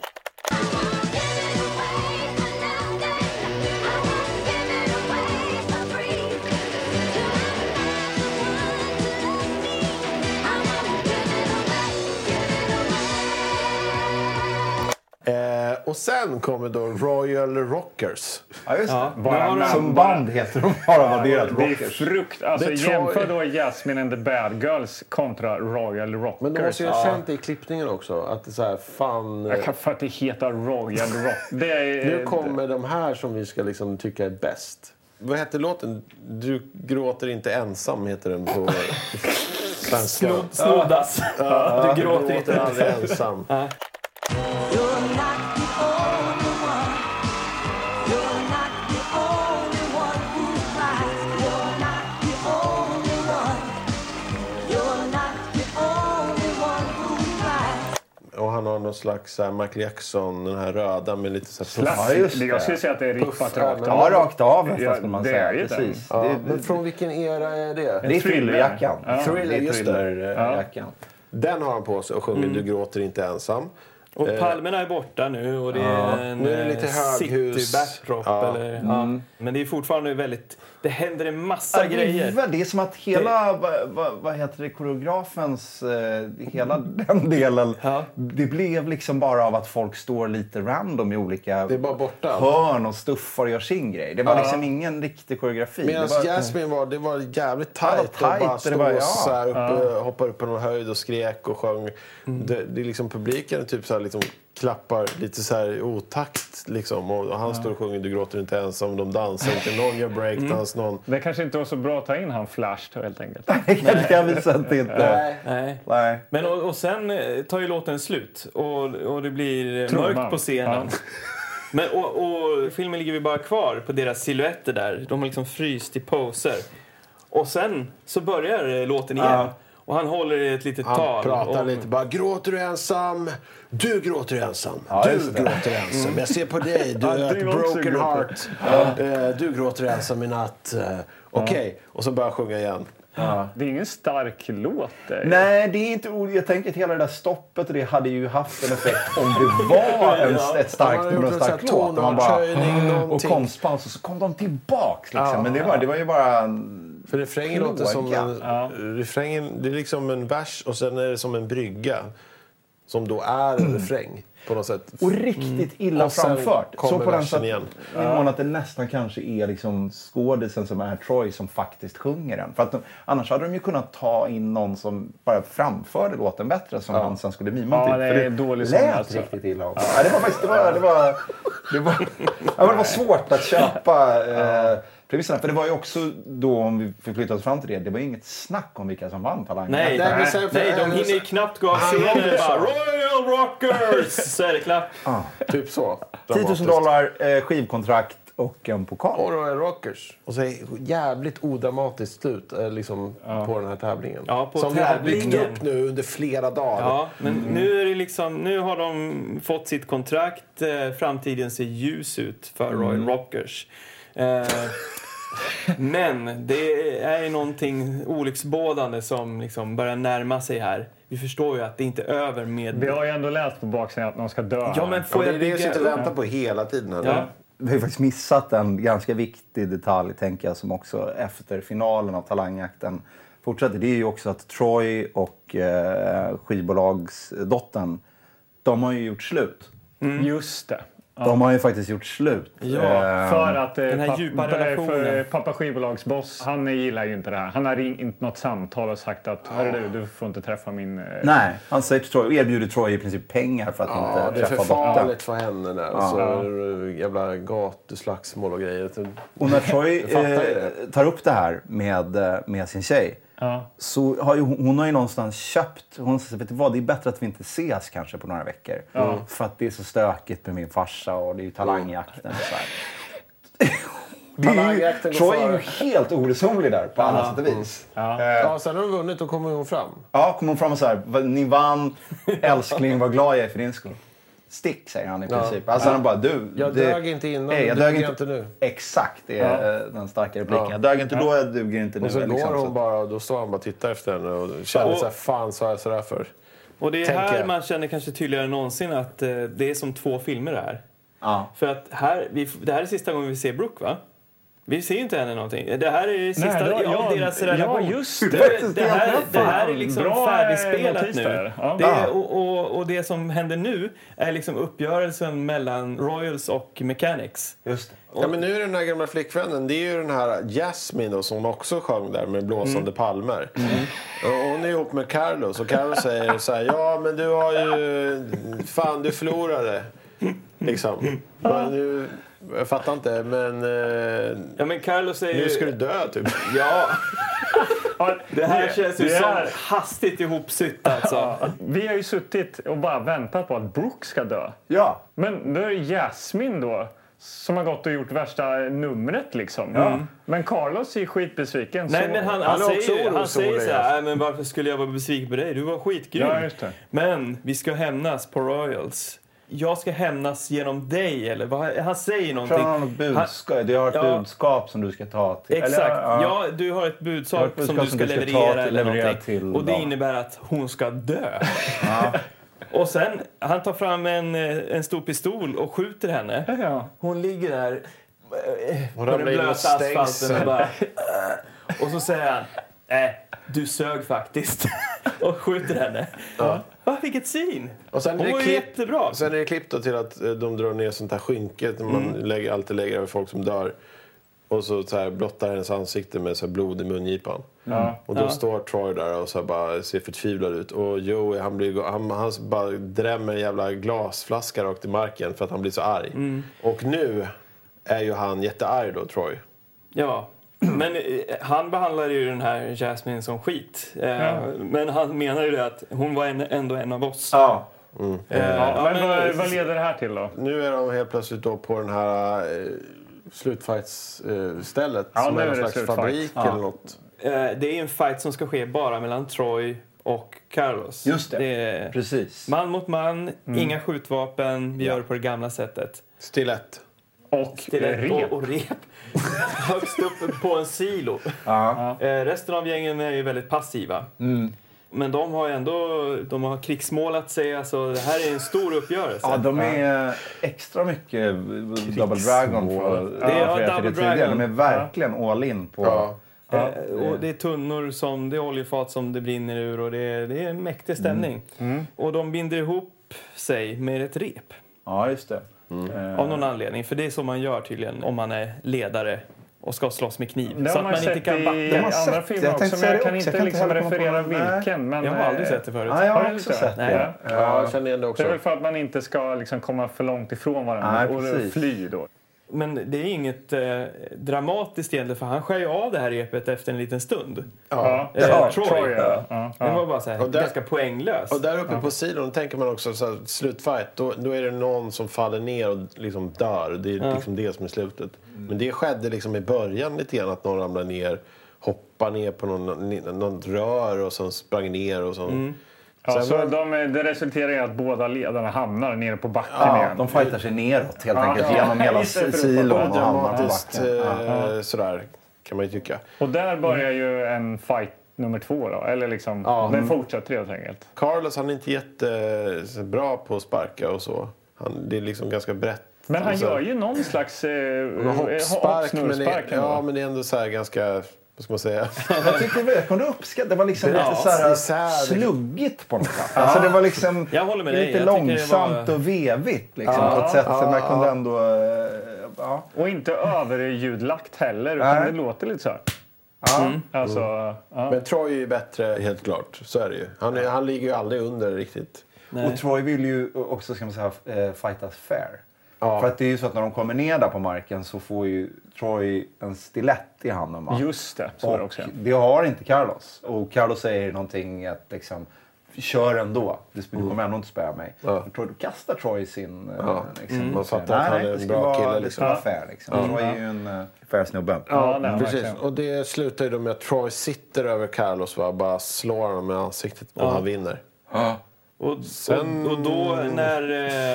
A: Eh, och sen kommer då Royal Rockers.
C: Ja, just det.
D: Bara
B: har du-
D: namn.
C: Som band heter de bara, vad det är.
D: Det är frukt. Alltså,
A: Det tror-
D: jämför då Jasmine and the Bad Girls kontra Royal Rockers.
A: Men de måste ju ha känt det i klippningen också. Att det är så här, fan... eh,
D: Jag kan för att det heter Royal Rock. Det är,
A: Nu kommer de här som vi ska liksom tycka är bäst. Vad hette låten? Du gråter inte ensam heter den på svenska.
B: Snoddas. Du gråter
A: Gråter
B: inte.
A: aldrig ensam. Och han har någon slags så här, Michael Jackson, den här röda med lite så här...
D: Klass,
C: Ja, just det.
D: Jag skulle säga att det är rippat
A: ja,
D: rakt
A: men-
C: Ja,
D: av.
C: rakt av nästan
D: Ja,
C: skulle man
D: det
C: säga.
D: är ju den.
C: Precis.
A: Ja,
C: Det,
A: men från vilken era är det?
C: det är thrillerjackan.
D: Ja.
A: Thriller,
C: det är
A: just det.
C: thrillerjackan.
A: Den har han på sig och sjunger Du gråter inte ensam.
B: Och palmerna är borta nu och det är en
A: Nu är det lite
B: eh,
A: höghus.
B: city-backdrop.
A: Ja. Mm.
B: Eller, ja. Men det är fortfarande väldigt... Det händer en massa
C: Ja, det är
B: grejer.
C: väl- Det är som att hela, va- va- vad heter det, koreografens, eh, hela den delen,
B: Ja.
C: det blev liksom bara av att folk står lite random i olika
A: Det är bara borta.
C: hörn och stuffar och gör sin grej. Det var liksom ingen riktig koreografi.
A: Medan
C: det var,
A: Jasmine var, det var jävligt tajt.
C: Ja,
A: och bara
C: tajt, det
A: stod
C: var-
A: och
C: ja. Mm.
A: så här uppe, hoppade upp på någon höjd och skrek och sjöng. Det, det är liksom publiken typ så här liksom klappar lite så här i otakt liksom. Och, och han står och sjunger Du gråter inte ensam. De dansar inte. Någon gör breakdance.
C: Mm.
A: Någon...
D: Det kanske inte var så bra att ta in han Flash då, helt enkelt.
C: Det kanske jag visat inte. Nej.
B: Nej.
C: Nej.
B: Men och, och sen eh, tar ju låten slut och, och det blir eh,
D: Trumman.
B: mörkt på scenen. Men, och, och filmen ligger vi bara kvar på deras silhuetter där. De har liksom fryst i poser. Och sen så börjar eh, låten igen. Och han håller ett litet
A: Han
B: tal.
A: pratar
C: Oh.
B: om,
A: lite bara. Gråter du ensam? Du gråter ensam. du gråter ensam. Jag ser
C: Mm.
A: på dig. Du har
D: du
A: ett
D: också
A: broken
D: gråter.
A: heart. Eh, Du gråter ensam i natt. Eh, Okej. Och så börjar han sjunga igen.
D: Det är ingen stark låt. eh.
E: Nej, det är inte ord. Jag tänker att hela det där stoppet och det hade ju haft en effekt om det var en, ett starkt
A: Man
E: nummer och en stark låt. Och, man bara, Mm. och
A: någonting.
E: konstpaus och så kom de tillbaks liksom. Men det var, det var ju bara... en-
A: För refrängen
E: Plåga.
A: låter som en, refrängen, det är liksom en vers och sen är det som en brygga. Som då är en refräng på något sätt.
E: Mm. Och riktigt illa
A: Och sen
E: framfört.
A: kommer
E: Så på den
A: versen
E: sätt,
A: igen.
E: nivån att det nästan kanske är liksom skådisen som är Troy som faktiskt sjunger den. För att de, annars hade de ju kunnat ta in någon som bara framförde låten bättre som han sen skulle mima
D: Ja,
E: till.
D: det
E: För
D: är dålig sång
E: lät
D: alltså.
E: riktigt illa också. Ja, det var faktiskt det var, det var, det var, ja, men det var svårt att köpa eh, premisserna. För det var ju också då, om vi förflyttar oss fram till det, det var ju inget snack om vilka som vann Talang.
B: Nej,
A: Nej, men
B: nej,
A: sen-
B: de hinner ju knappt gå av scenen. Det är bara, Royal Rockers! Så är det klapp.
A: Typ så.
E: 10 000 dollar, eh, skivkontrakt och en pokal.
A: Och Royal Rockers. Och så är det jävligt odramatiskt slut eh, liksom, på den här tävlingen.
B: Ja, på
A: som vi har
B: tävlingen.
A: byggt upp nu under flera dagar.
B: Ja, men nu, är det liksom, nu har de fått sitt kontrakt. Eh, framtiden ser ljus ut för Royal Rockers. Eh, men det är ju någonting olycksbådande som liksom börjar närma sig här. Vi förstår ju att det inte är över
D: Vi
B: med...
D: har ju ändå läst på baksidan att någon ska dö.
B: Ja, men
A: Och
B: får
A: det är
B: jag
A: det jag
B: bygga...
A: sitter och väntar på hela tiden. Här.
B: Ja.
E: Vi har ju faktiskt missat en ganska viktig detalj, tänker jag, som också efter finalen av talangjakten fortsätter. Det är ju också att Troy och eh, skivbolagsdottern, de har ju gjort slut.
B: Mm.
D: Just det.
E: De har ju faktiskt gjort slut. Eh,
D: För att eh,
B: Den här
D: papp-
B: djupa
D: eh, För,
B: relationen.
D: eh, pappa skivbolagsboss, han eh, gillar ju inte det här. Han har ringt något samtal och sagt att hörru du, du får inte träffa min... eh,
E: Nej, han säger till Troy, och erbjuder Troy i princip pengar för att
A: Ja,
E: inte
A: det är för
E: träffa dottern.
A: farligt för henne där. Och så är det eh, jävla gatuslagsmål och grejer.
E: Och när Troy
A: Jag fattar ju
E: eh, tar upp det här med, eh, med sin tjej
D: Ja.
E: så har ju, hon hon har ju någonstans köpt... Hon säger, vet du vad, det är bättre att vi inte ses kanske på några veckor. För att det är så stökigt med min farsa och det är ju talangjakten och så här. Det är ju,
A: Talangjakten går
E: Troy är ju
A: före.
E: helt oresonlig där på alla sätt och vis.
A: Ja, Alltså, sen har de vunnit och kommer hon fram.
E: Ja, kommer hon fram och så här, "Va- ni vann, älskling, vad glad jag är för din skull. Stick, säger han i princip. Alltså han bara, du.
A: Jag dög inte innan,
E: Nej,
A: du
E: jag dög
A: duger
E: inte.
A: inte nu.
E: Exakt, det är eh, den starka repliken. Jag dög inte då, jag duger inte nu.
A: Och så
E: liksom,
A: går
E: så
A: hon
E: att-
A: bara och då står han bara och tittar efter henne och känner
B: Och-
A: så här, fan sa jag sådär för?
B: Och det är
A: tänker
B: här
A: jag.
B: man känner kanske tydligare än någonsin att eh, det är som två filmer det här.
E: Ja.
B: För att här, vi, f- det här är sista gången vi ser Brooke, va? Vi ser ju inte henne någonting. Det här är det sista
D: då-
B: av
D: ja,
B: deras
D: ja,
B: relation.
D: just
B: det,
E: det.
B: det, här, det här är
D: Fan,
B: liksom
D: bra, eh,
B: färdigspelat
D: notis
B: nu.
D: där. Ja.
B: Det är, och, och, och det som händer nu är liksom uppgörelsen mellan Royals och Mechanics.
E: Just det.
A: Ja, men nu är det den här gamla flickvännen, det är ju den här Jasmine då, som också sjöng där med blåsande palmer. Och hon är ihop med Carlos och Carlos säger så här, ja men du har ju, fan du förlorade. Liksom. Men nu, jag fattar inte, men eh,
B: Ja, men Carlos är ju...
A: nu ska du dö typ.
B: Ja,
D: Ja,
B: det här känns ju
D: det
B: som
D: här-
B: hastigt ihopsytt alltså.
D: Vi har ju suttit och bara väntat på att Brooke ska dö.
E: Ja.
D: Men nu är det Jasmine då som har gått och gjort värsta numret liksom. Men Carlos är skitbesviken.
B: Nej,
D: så-
B: men han, han,
A: Han är också
B: säger, ju- han
A: orosolig,
B: säger så här,
A: alltså.
B: "Nej, men varför skulle jag vara besviken på dig? Du var skitgrym.
D: Ja, just det.
B: Men vi ska hämnas på Royals. Jag ska hämnas genom dig, eller vad? Han säger
E: Tror
B: någonting.
E: han har något budskap. Du har ett
B: Ja.
E: budskap som du ska ta till...
B: Exakt.
E: Eller,
B: ja. du har ett budskap,
E: Jag har ett budskap
B: som du ska,
E: ta
B: leverera,
E: till-
B: eller
E: leverera
B: någonting.
E: till
B: och det
E: dem.
B: innebär att hon ska dö. Och sen, han tar fram en, eh, en stor pistol och skjuter henne.
D: Ja.
B: Hon ligger där eh, på
A: ramlar
B: den
A: in och
B: blöta
A: stängs.
B: asfalten och bara... eh. Och så säger han, äh, du sög faktiskt. Och skjuter henne. Va, vilket syn!
A: Och sen är
B: Hon
A: det
B: var ju
A: klipp-
B: jättebra.
A: Sen är det klippt då till att eh, de drar ner sånt här skynke som man lägger, alltid lägger över folk som dör. Och så, så här, blottar hennes ansikte med så här blod i mungipan. Och då står Troy där och så här bara ser förtvivlad ut. Och Joey han, blir, han, han bara drämmer en jävla glasflaska rakt i marken för att han blir så arg.
D: Mm.
A: Och nu är ju han jättearg då, Troy.
B: Ja. Men eh, han behandlar ju den här Jasmine som skit. Eh, Men han menar ju det att hon var en, ändå en av oss.
E: Ja.
A: Mm.
D: Ja, men vad,
B: men-
D: vad leder det här till då?
A: Nu är de helt plötsligt då på den här eh, slutfights-stället
D: Ja,
A: som
D: nu
A: är
D: är
A: någon
D: det
A: slags
D: slutfight.
A: fabrik eller något.
B: Eh, det är en fight som ska ske bara mellan Troy och Carlos.
C: Just det.
B: är
C: Precis.
B: man mot man,
D: Mm.
B: inga skjutvapen, vi gör det på det gamla sättet.
A: Stilett.
D: Och
B: Till
D: eh,
B: ett,
D: rep.
B: och, och rep högst upp på en silo. Eh, resten av gängen är ju väldigt passiva.
D: Mm.
B: Men de har ju ändå de har krigsmålat sig. Alltså, det här är en stor uppgörelse.
C: Ja, de är extra mycket Double Dragon. För,
B: Det är- ja,
C: för- för
B: Double
C: tidigare.
B: Dragon.
C: De är verkligen all in på...
A: Ja.
B: Eh, och det är tunnor, som, det är oljefat som det brinner ur och det är, det är en mäktig
D: Mm.
B: stämning. Och de binder ihop sig med ett rep.
C: Ja, just det. Eh,
B: Av någon anledning, för det är så man gör tydligen om man är ledare och ska slåss med kniv. så
D: Det har
B: att
D: man
B: man inte
D: sett
B: kan
D: i
B: backa.
D: andra
C: sett-
D: filmer
C: jag tänkte
D: också, men
C: säga
D: jag
C: det också.
D: kan inte
C: Jag kan inte
D: liksom
C: heller komma på
D: referera
C: någon. Nej.
D: vilken. Men,
B: Jag har aldrig
D: eh,
B: sett det förut.
C: Ja, jag
D: Har
C: har
D: du
C: också
D: inte?
C: sett det.
B: Nej.
D: Ja.
A: Ja, jag känner igen det också.
D: Det är väl för att man inte ska liksom komma för långt ifrån varandra
C: Nej,
D: och
C: precis.
D: fly då.
B: Men det är inget eh, dramatiskt egentligen för han skär ju av det här repet efter en liten stund.
D: Ja.
B: Eh,
D: Ja,
B: Troy.
D: Troy, ja. Ja,
B: Det
D: ja.
B: var bara så här,
A: Och där-
B: ganska poänglöst.
A: Och där uppe på sidan tänker man också så här, slutfight, då, då är det någon som faller ner och liksom dör. Det är liksom det som är slutet. Men det skedde liksom i början lite grann, att någon ramlade ner, hoppade ner på någon, någon rör och sen sprang ner och sen...
D: Mm. Ja,
A: sen
D: så
A: var-
D: de, det resulterar i att båda ledarna hamnar nere på backen
C: Ja,
D: igen.
C: de fightar sig neråt helt
D: Ja,
C: enkelt
D: ja.
C: genom hela
D: Just det, för-
C: silon. och hamnar på
A: Odramatiskt
C: backen.
A: eh, sådär, kan man ju tycka.
D: Och där börjar ju en fight nummer två då. Eller liksom, den fortsätter helt enkelt.
A: Carlos han är inte jättebra på att sparka och så. Han, det är liksom ganska brett.
D: Men han
A: Och så-
D: gör ju någon slags eh,
A: Han har hoppspark, men det,
D: hoppsnurrspark ändå.
A: ja, men det är ändå så här ganska... Vad ska man säga?
C: Jag tyckte det var- jag kunde uppskatta. Det var liksom
A: Ja,
C: lite så här
A: isär.
C: sluggigt på något sätt. Alltså det var liksom
B: Jag håller med dig.
C: lite
B: Jag tycker det
C: långsamt
B: var-
C: och vevigt liksom, på ett sätt som jag kunde ändå... eh, Ja.
D: Och inte överljudlagt heller, utan
C: Nej.
D: det låter lite så här. Mm. Alltså, ja.
A: Men Troy är ju bättre, helt klart. Så är det ju. Han, är, han ligger ju aldrig under riktigt.
C: Och Troy vill ju också, ska man säga, eh, fightas fair.
A: Ja.
C: För att det är ju så att när de kommer ner där på marken så får ju Troy en stilett i handen. Va?
D: Just det, så är det
C: och
D: också.
C: det har inte Carlos. Och Carlos säger någonting att liksom, kör ändå. Du sp- du kommer ändå inte spöa mig.
A: Mm. Ja.
C: Men Troy, då kastar Troy sin... eh,
A: Ja. Mm.
C: Liksom,
A: Man
C: säger,
A: fattar att
C: "Nej,
A: han är
C: det
A: en
C: ska
A: bra
C: vara-
A: kille,
C: Det
A: liksom."
C: ska vara fair liksom. Troy är ju en eh, fair snubbe.
D: Ja, nej,
A: Precis.
D: verkligen.
A: Och det slutar ju då med att Troy sitter över Carlos va? bara slår honom i ansiktet och han vinner.
B: Och, och, och då när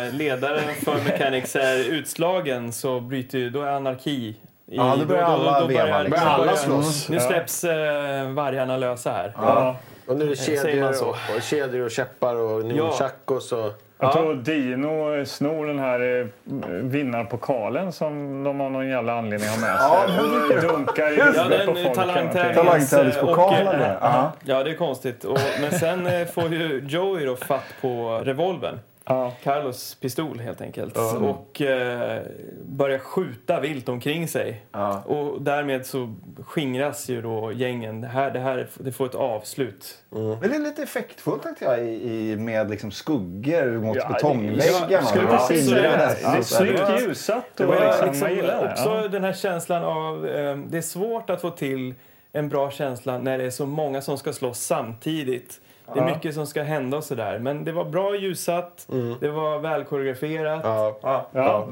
B: eh, ledaren för Mechanics är utslagen så bryter ju, då är anarki. I,
C: Ja, då börjar alla veva, liksom.
A: Börjar alla
B: börjar-
A: slåss.
B: Nu släpps eh, vargarna lösa här.
D: Ja.
A: Och nu är det
B: Säger
A: kedjor
B: man så?
A: och, och, kedjor och käppar och nunchakos och...
D: Jag tror Dino snor den här eh, vinnarpokalen som de av någon jävla anledning har med sig. Ja, dunkar i
B: Ja,
D: huvudet på
B: den
D: folk.
B: talangtävlingen.
C: Talangtävlingspokalen
B: Och, eh,
C: där. Ja.
B: Ja, det är konstigt. Och, men sen eh, får ju Joey då fatt på revolvern.
D: Ja.
B: Carlos pistol helt enkelt. Och eh, börjar skjuta vilt omkring sig. Och därmed så skingras ju då gängen. Det här, det här det får ett avslut.
C: Men det är lite effektfullt tänkte jag i, i, med liksom skuggor mot
D: Ja, det-
C: betongväggarna.
D: jag skulle
C: Det var
D: precis säga
C: sidorna
D: det.
C: nästan.
D: Det är
C: Så här,
D: snyggt
B: Ja.
D: ljusat
B: Det
D: och
B: var
D: liksom,
B: liksom
D: man gillar det.
B: också den här känslan av... Eh, det är svårt att få till en bra känsla när det är så många som ska slåss samtidigt. Det är mycket som ska hända och sådär. Men det var bra ljusat, det var väl koreograferat.
A: Ja.
D: Ja.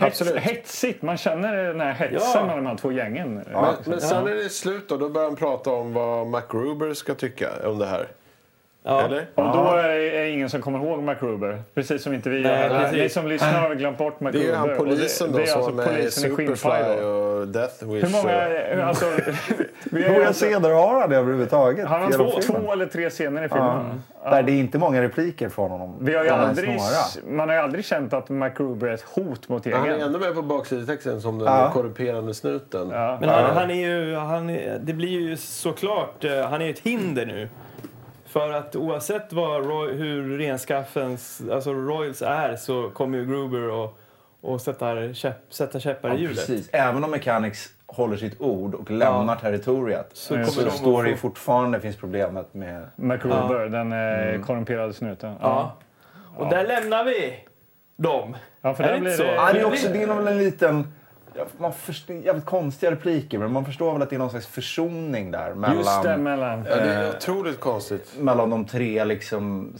D: Hets,
A: Absolut.
D: hetsigt, man känner den här hetsen
B: Ja.
D: mellan de här två gängen.
A: Men, men sen är det slut då. Då börjar han prata om vad MacGruber ska tycka om det här.
B: Ja.
A: Eller?
D: Och då är är det ingen som kommer ihåg MacGruber. Precis som inte vi
B: Nej,
D: gör.
B: precis.
D: Ni som lyssnar har glömt bort
A: Det är
D: MacGruber.
A: ju han
D: Och
A: polisen
D: det,
A: då
D: det är
A: som
D: alltså
A: är med i
D: polisen i Skinnfly.
A: Superfly
D: då.
A: och Death Wish.
D: Hur
A: och-
D: många... Alltså, vi har ju
C: Några
D: alltså,
C: scener har han överhuvudtaget.
D: han har
C: genom
D: två,
C: filmen.
D: två eller tre scener i filmen.
C: Där det är inte många repliker från honom.
D: Vi har ju
C: De är
D: aldrig,
C: snara.
D: man har ju aldrig känt att MacGruber är ett hot mot
A: Han är
D: gängen.
A: ändå med på baksidetexten som den korrumperande snuten.
B: Men han, han är ju... Han är, det blir ju såklart... eh, Han är ju ett hinder nu. För att oavsett vad Roy, hur renskaffens, alltså Royals är så kommer ju Gruber och, och sätta, käpp, sätta käppar i
C: Ja,
B: hjulet.
C: precis. Även om Mechanics håller sitt ord och lämnar territoriet så,
B: kommer de att
C: står det ju
B: få-
C: fortfarande finns problemet med...
D: MacGruber, den eh, korrumperade snuten. Ja.
B: Ja. Och där lämnar vi dem.
D: Ja, för
B: Är
D: där
B: det
D: blir
B: inte så?
D: det-
C: Ja, det är också det är nog en liten...
E: ja, man förstår, jävligt konstiga repliker, men man förstår väl att det är någon slags försoning där
D: Just det,
E: mellan,
D: mellan.
A: Ja, det är otroligt konstigt.
E: mellan de tre liksom,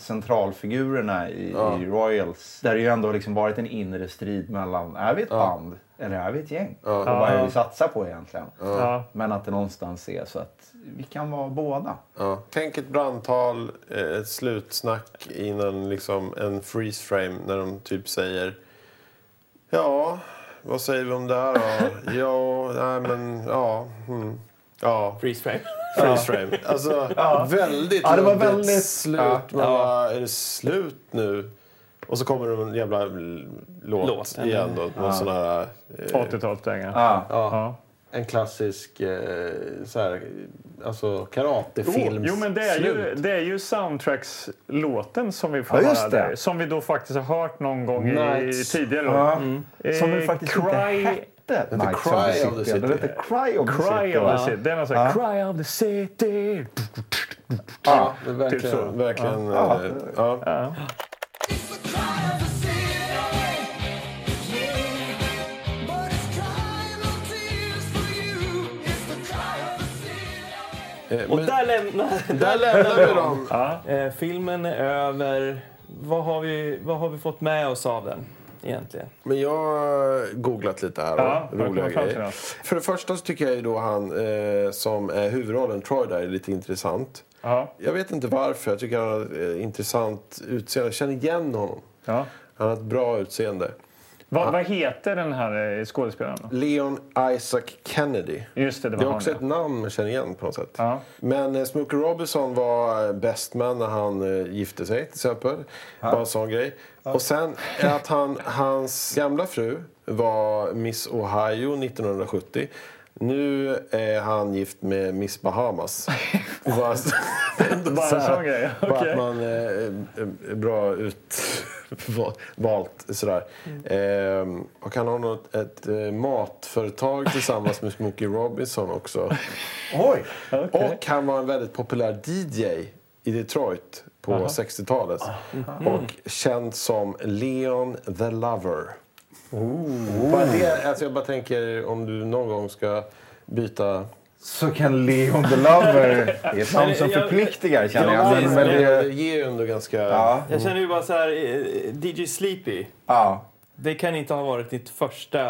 E: centralfigurerna i, i Royals. Där det ju ändå har liksom varit en inre strid mellan, är vi ett band eller är vi ett gäng? Och vad är det vi satsar på egentligen?
D: Ja.
E: Men att det någonstans är så att vi kan vara båda.
A: Ja. Tänk ett brandtal, eh, ett slutsnack innan liksom en freeze frame när de typ säger Ja, vad säger vi om det här då? ja, nej men ja. Mm. Ja,
B: Freeze frame.
A: freeze frame. Alltså väldigt
E: Ja, det var
A: luddigt
E: väldigt-
A: slut.
E: ja.
A: Man bara, är det slut nu? Och så kommer det en jävla l- låt,
B: Låt, eller-
A: igen då. Någon sån här, eh,
D: 80-talsdänga.
E: Ja.
D: Ja.
A: en klassisk eh, så här, alltså karatefilms
D: Jo, men det är, ju,
A: slut.
D: det är ju soundtrackslåten som vi får
E: Ja,
D: höra
E: just det.
D: där. Som vi då faktiskt har hört någon gång i,
A: Nights.
D: tidigare.
E: Ja.
D: då.
E: Mm. Som
D: Eh,
E: väl faktiskt inte
D: Cry-
E: hette
A: heter
E: Nights
A: Cry of the City.
E: Den hette Cry of the
D: Cry
E: City.
D: of
E: va?
D: the City. Det är någon sån här Cry of the City.
A: Ja, det är verkligen.
D: Typ så.
A: verkligen ja. Ja. Eh,
B: Och
A: men
B: där lämnar...
A: där lämnar vi dem.
B: Eh, filmen är över. Vad har, vi, vad har vi fått med oss av den egentligen?
A: Men jag har googlat lite här. då.
D: Ja, vad
A: roliga
D: kom fram till
A: grejer.
D: då?
A: För det första så tycker jag ju då han eh, som är huvudrollen, Troy, där är lite intressant.
D: Ja,
A: Jag vet inte varför. Jag tycker han har ett eh, intressant utseende. Jag känner igen honom.
D: ja.
A: Han har ett bra utseende.
D: Vad, vad heter den här eh, skådespelaren? då?
A: Leon Isaac Kennedy.
D: Just det, det var
A: Det är
D: han.
A: också ett namn man känner igen på något sätt.
D: Ja.
A: Men eh, Smokey Robinson var eh, best man när han eh, gifte sig till exempel. Bara en sån grej. Och sen är att han, hans gamla fru var Miss Ohio 1970. Nu är han gift med Miss Bahamas. Bara,
D: Bara en sån grej,
A: Bara
D: okej.
A: att man eh, är- är bra utvalt sådär.
D: Mm.
A: Eh, och han har något, ett eh, matföretag tillsammans med Smokey Robinson också.
E: Oj!
A: Och han var en väldigt populär DJ i Detroit på 60-talet. Och känd som Leon the Lover. Bara det, alltså jag bara tänker om du någon gång ska byta...
E: Så kan Leon the Lover... Det är ett namn som
B: Men jag-
E: förpliktigar
B: Ja,
E: känner jag. Men,
B: precis.
E: men
A: det
E: det,
A: ger ju ändå ganska...
E: ja,
C: Mm.
B: Jag känner ju bara så här, eh, DJ Sleepy.
E: ja.
B: Det kan inte ha varit ditt första...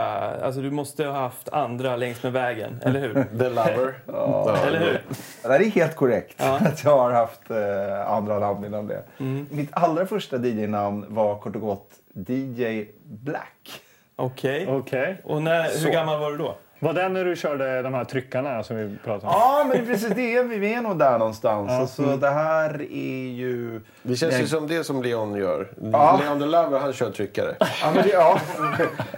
B: Alltså du måste ha haft andra längs med vägen, eller hur?
A: The Lover. Ja.
B: Eller hur?
E: Det där är helt korrekt
B: Ja.
E: att jag har haft eh, andra namn innan det. Mitt allra första DJ-namn var kort och gott DJ Black.
B: Okej.
D: Okej.
B: Och när, hur gammal var du då?
D: Var det när du körde de här tryckarna som vi pratade om?
E: Ja, men det är precis det. Vi är nog där någonstans. Alltså, det här är ju...
A: Det känns ju
E: Nej.
A: som det som Leon gör.
E: Ja.
A: Leon the Lover, han kör tryckare.
E: Ja men, det, ja.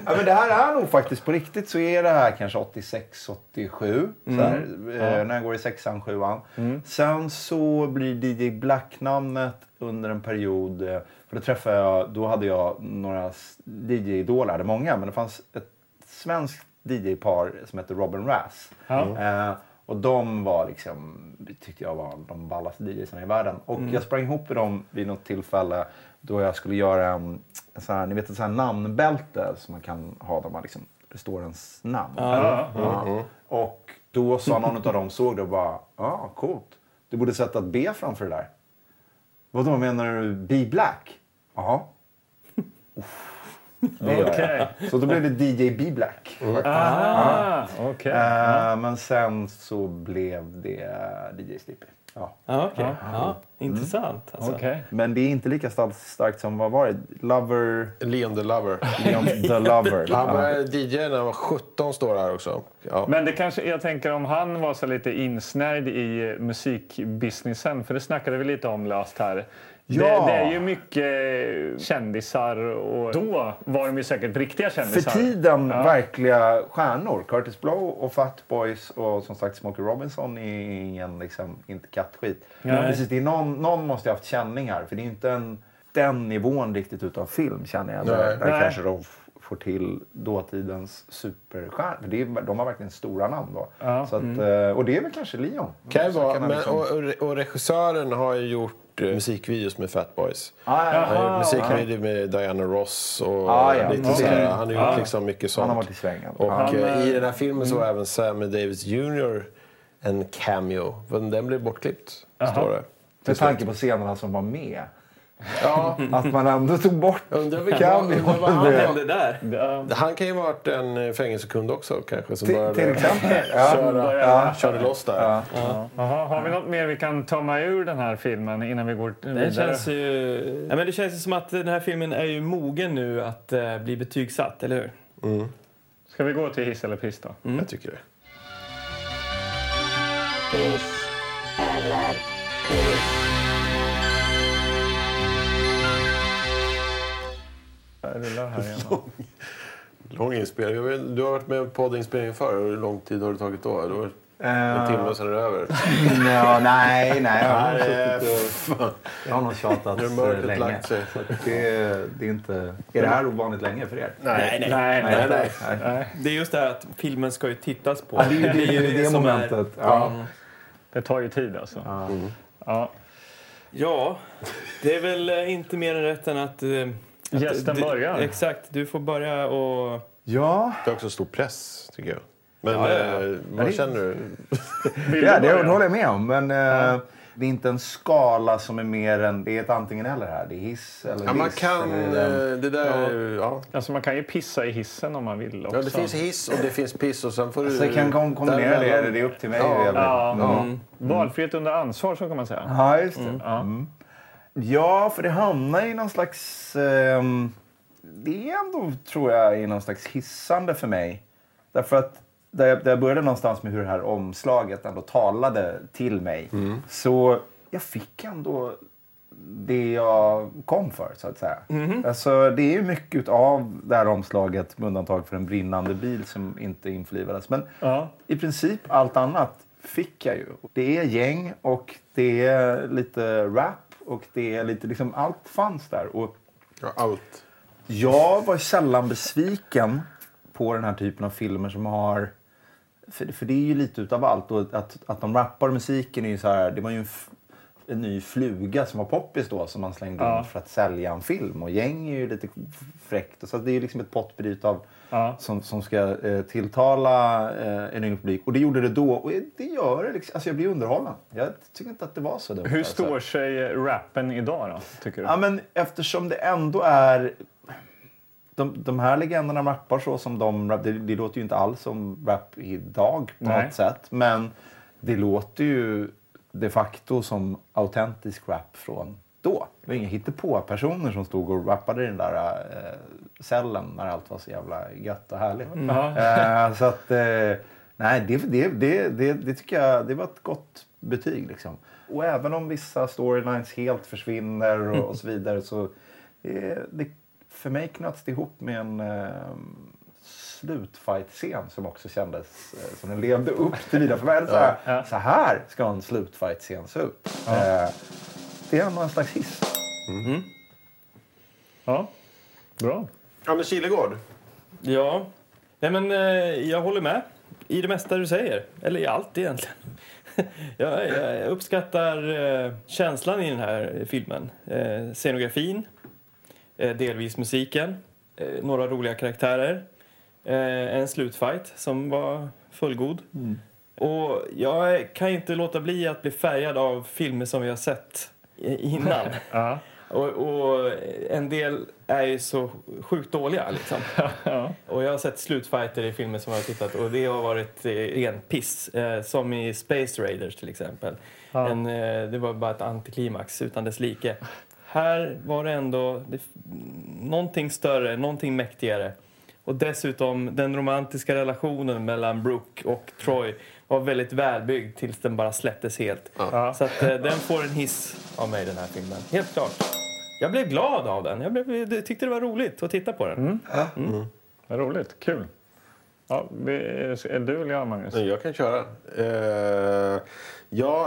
E: ja, men det här är nog faktiskt på riktigt så är det här kanske 86, 87. Så här, eh, När jag går i sexan, sjuan. Sen så blir DJ Black-namnet under en period. eh, För då träffade jag, då hade jag några s- DJ-idoler, hade många, men det fanns ett svenskt DJ-par som hette Robin Rass. Eh, och de var liksom, tyckte jag var de ballaste DJsarna i världen. Och jag sprang ihop med dem vid något tillfälle då jag skulle göra en, en sån här, ni vet ett sån här namnbälte som man kan ha där man liksom, det står ens namn. Ja. Och då sa någon av dem, såg det och bara, ja ah, coolt. Du borde sätta ett B framför det där. Vadå menar du Be Black? Jaha. Uff, Det gör jag.
D: Okej.
E: Så då blev det DJ Be Black.
D: Ah, okej.
E: Eh, Men sen så blev det DJ Sleepy. Ja.
B: Ja, okej. Ja, intressant. Alltså.
D: Okej.
E: Men det är inte lika starkt- starkt som vad var det? Lover...
A: Leon the Lover.
E: Leon the Lover.
A: Han
E: Ja.
A: började DJ när han var 17, står det här också. Ja.
D: Men det kanske, jag tänker om han var så lite insnärjd i musikbusinessen, för det snackade vi lite om last här.
E: Ja.
D: Det, det är ju mycket kändisar och då var de ju säkert riktiga
E: För
D: kändisar.
E: tiden verkliga stjärnor. Curtis Blow och Fat Boys och som sagt Smokey Robinson är ingen liksom, inte kattskit. Men precis, det är någon, någon måste ha haft känning här för det är inte en, den nivån riktigt utav film känner jag. Där, där
D: Nej.
E: kanske de f- får till dåtidens superstjärnor. För det är, de har verkligen stora namn då. Så att, eh, Och det är väl kanske Leon.
A: Kan ju
E: Så
A: vara,
E: kan han
A: men,
E: liksom-
A: och, och, och regissören har ju gjort gjort eh, musikvideos med Fat Boys.
E: Ah, ja,
A: Han har gjort
E: ja.
A: musikvideo med Diana Ross och
E: Ah, ja.
A: lite
E: Okej.
A: så här. Han har gjort liksom mycket sånt.
E: Han har varit i svängen. Ah, Mm.
A: Och
E: Ja.
A: eh, i den här filmen så var även Sammy Davis Jr. en cameo. Men den blev bortklippt, står det.
E: Med tanke på scenerna som var med.
A: Ja,
E: Att man ändå tog bort
A: undrar vilken...
E: cameon.
B: Vad hände där?
A: Han kan ju ha varit en eh, fängelsekund också kanske. Som
E: Till,
A: började
E: till exempel. Ja.
A: köra,
E: Ja.
A: körde loss där.
D: Jaha, har vi något mer vi kan ta med ur den här filmen innan vi går vidare?
B: Det känns ju... Nej, men det känns ju som att den här filmen är ju mogen nu att eh, bli betygsatt, eller hur?
D: Ska vi gå till hiss eller piss då?
A: Jag tycker det.
D: Jag rullar här igen.
A: Lång inspelning. Jag vet- Du har varit med på poddinspelningen förr. Hur lång tid har det tagit då? Det var en timme och sen är det över.
E: Eh, Ja, nej, Typ. nej. typ. Jag har
A: Nej,
E: nog suttit och-
A: fan.
E: Jag har nog tjatat
A: Eh, Nu har
E: eh,
A: mörkret
E: länge.
A: lagt sig.
E: Det, är- det är inte... Är det här ovanligt länge för er?
A: Nej, nej.
D: Nej, nej.
A: nej, nej.
B: Det är just det här att filmen ska ju tittas på.
E: Ja, det är ju det, det, är ju det
B: som
E: momentet.
B: Är... Mm.
E: Ja.
D: Det tar ju tid alltså. Ja.
B: Ja, det är väl eh, inte mer än rätt än att... eh, att
D: Gästen
B: du-
D: börjar.
B: Exakt, du får börja och...
E: ja.
A: Det är också stor press, tycker jag. Men eh,
E: det-
A: vad känner du?
D: Vill
E: Ja,
D: du
E: det
D: börja?
E: håller jag med om. Men eh, det är inte en skala som är mer än... Det är ett antingen eller här. Det är hiss eller
A: Ja, man
E: diss
A: kan...
E: Eller,
A: eh, Det där är ju- ja.
D: Alltså man kan ju pissa i hissen om man vill också.
A: ja, det finns hiss och det finns piss och sen får du...
E: så jag kan kom, kombinera det.
A: däremellan.
E: eller Det är upp till mig.
A: Ja.
E: hur jag vill.
D: Ja.
A: Mm.
D: Valfrihet under ansvar så kan man säga.
E: Ja, just det. Mm. Ja, för det hamnar i någon slags... ehm, det är ändå, tror jag, i någon slags hissande för mig. Därför att där jag, där jag började någonstans med hur det här omslaget ändå talade till mig. Så jag fick ändå det jag kom för, så att säga. Alltså, det är ju mycket av det här omslaget, med undantag för en brinnande bil som inte införlivades. Men
D: Ja.
E: i princip allt annat fick jag ju. Det är gäng och det är lite rap och det är lite liksom allt fanns där. Och
A: Ja, allt.
E: jag var sällan besviken på den här typen av filmer som har... För, för det är ju lite utav allt. Och att, att de rappar musiken är ju så här... Det var ju en, f- en ny fluga som var poppis då som man slängde
D: Ja.
E: in för att sälja en film. Och gäng är ju lite fräckt. Och Så att det är ju liksom ett potpurri av
D: Ja.
E: som, som ska eh, tilltala eh, en yngre publik. Och det gjorde det då. Och det gör det liksom. Alltså jag blir underhållen. Jag tycker inte att det var så dumt.
D: Hur
E: alltså.
D: står sig rappen idag då, tycker du?
E: Ja, men eftersom det ändå är... De, de här legenderna rappar så som de... rap- Det, det låter ju inte alls som rap idag på
D: Nej.
E: något sätt. Men det låter ju de facto som autentisk rap från då. Det var inga hittepå-personer som stod och rappade i den där eh, cellen när allt var så jävla gött och härligt. Eh, så att... Eh, nej, det, det, det, det, det tycker jag... Eh, Det var ett gott betyg liksom. Och även om vissa storylines helt försvinner och, och så vidare så eh, det, för mig knöts det ihop med en eh, slutfight-scen som också kändes eh, som den levde upp till vida förvärv. Så, här, så här ska en slutfight-scen se ut. Eh, det är någon slags hiss.
D: Ja. Bra.
A: Ja, men Kilegård.
B: Ja, Nej, men eh, jag håller med i det mesta du säger. Eller i allt egentligen. jag, jag uppskattar eh, känslan i den här filmen. Eh, scenografin, eh, delvis musiken, eh, några roliga karaktärer. Eh, en slutfight som var fullgod. Och jag kan ju inte låta bli att bli färgad av filmer som vi har sett eh, innan.
D: Ja.
B: Och, och en del är ju så sjukt dåliga liksom. Och jag har sett slutfighter i filmer som jag har tittat och det har varit eh, ren piss. Eh, som i Space Raiders till exempel. En, eh, det var bara ett antiklimax utan dess like. Här var det ändå det, någonting större, någonting mäktigare. Och dessutom den romantiska relationen mellan Brooke och Troy var väldigt välbyggd tills den bara släpptes helt. Så att, eh, den får en hiss av mig den här filmen, helt klart. Jag blev glad av den. Jag blev, jag tyckte det var roligt att titta på den.
D: Vad roligt. Kul. Ja, vi- är du eller jag, Magnus?
A: Jag kan köra. Eh, ja,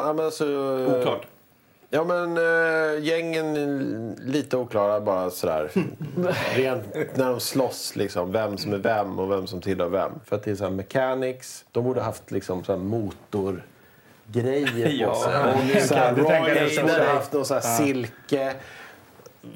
A: ja, men alltså...
B: Oklart.
A: Ja, men eh, gängen är lite oklara bara sådär. Rent när de slåss liksom. Vem som är vem och vem som tillhör vem. För att det är såhär mechanics. De borde haft liksom såhär motor grejer på sig.
B: Ja.
A: Och det är så här,
D: Du tänker
A: Roy
D: det
A: Reisner
D: så här.
A: har haft någon så här silke.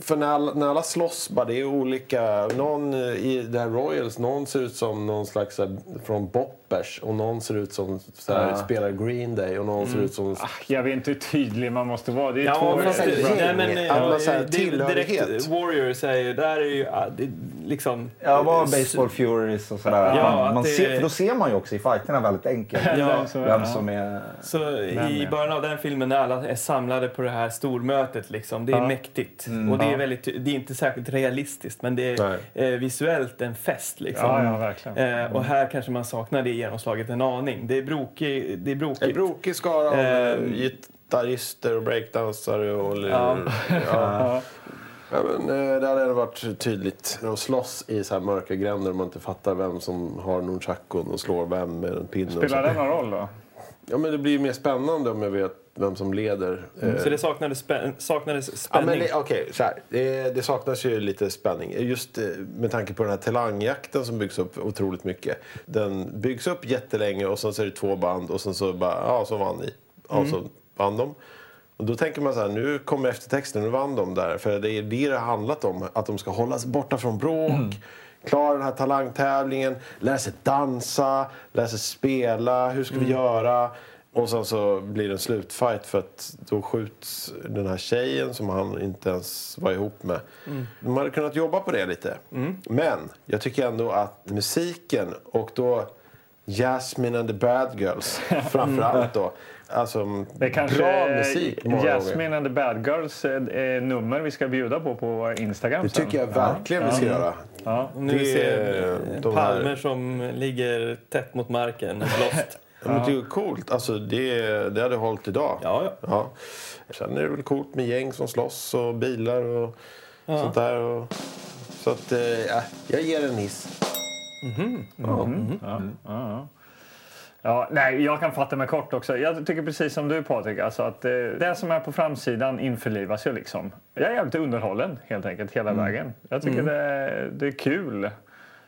A: För när alla, när alla slåss bara, det är olika. Någon eh, i det här Royals, någon ser ut som någon slags så här, från Boppers och någon ser ut som så här, spelar Green Day och någon ser ut som...
D: Jag vet inte hur tydlig man måste vara. Det är
B: Ja,
D: två
A: men fast-
D: bra-
A: gäng,
B: nej, men, eh,
A: alla så här
B: det-
A: tillhörighet.
B: direkt Warriors är ju, där är ju ah, det, liksom...
E: Ja, var Baseball Furies och sådär.
B: Ja,
E: man, man
B: att det-
E: ser, för då ser man ju också i fighterna väldigt enkelt
B: Ja,
E: vem som är...
B: Så i
D: ja.
B: början av den filmen när alla är samlade på det här stormötet liksom, det är mäktigt. och det är, väldigt, ty- det är inte särskilt realistiskt men det är eh, visuellt en fest liksom.
D: Ja, ja, verkligen.
B: Eh, och här kanske man saknar det genomslaget en aning. Det är brokigt. Det är
A: En
B: brokigt.
A: brokig skara av
B: Typ. Ehm.
A: eh, gitarrister och breakdansare och...
B: Ja.
A: Ja. Ja, men, eh, det hade ändå varit tydligt. De slåss i så här mörka gränder och man inte fattar vem som har nunchakon och slår vem med en pinne. och
D: Spelar
A: så.
D: det någon roll då?
A: Ja, men det blir ju mer spännande om jag vet vem som leder. Eh,
B: Så det saknades, spä- saknades
A: Ja,
B: spänning.
A: men det, okej, så här. Det, det saknas ju lite spänning. Just eh, med tanke på den här talangjakten som byggs upp otroligt mycket. Den byggs upp jättelänge och sen så är det två band och sen så bara, ja så vann ni. Ja, så vann de. Och då tänker man så här, nu kommer eftertexten, nu vann de där. För det är det det har handlat om, att de ska hållas borta från bråk. Klara den här talangtävlingen, lära sig dansa, lära sig spela, hur ska vi göra? Och sen så blir det en slutfight för att då skjuts den här tjejen som han inte ens var ihop med.
D: Mm.
A: De hade kunnat jobba på det lite. Men jag tycker ändå att musiken och då Jasmine and the Bad Girls framför allt då. Alltså
D: Mm. Det är kanske
A: bra musik många gånger.
D: Jasmine and the Bad Girls eh, eh, nummer vi ska bjuda på på Instagram
A: Det
D: sen.
A: tycker jag verkligen vi ska göra.
D: Ja.
B: Nu
A: Det
B: ser
A: är
B: eh,
A: de här-
B: palmer som ligger tätt mot marken. Lost.
A: Ja. Men det är ju coolt. Alltså, det, det hade hållit idag.
B: Ja, ja.
A: Ja. Sen är det väl coolt med gäng som slåss och bilar och sånt där. Och, så att, eh, ja, jag ger en hiss.
D: Ja, nej, jag kan fatta mig kort också. Jag tycker precis som du Patrik, alltså att eh, det som är på framsidan införlivas ju liksom. Jag är jävligt underhållen helt enkelt hela vägen. Jag tycker det, det är kul.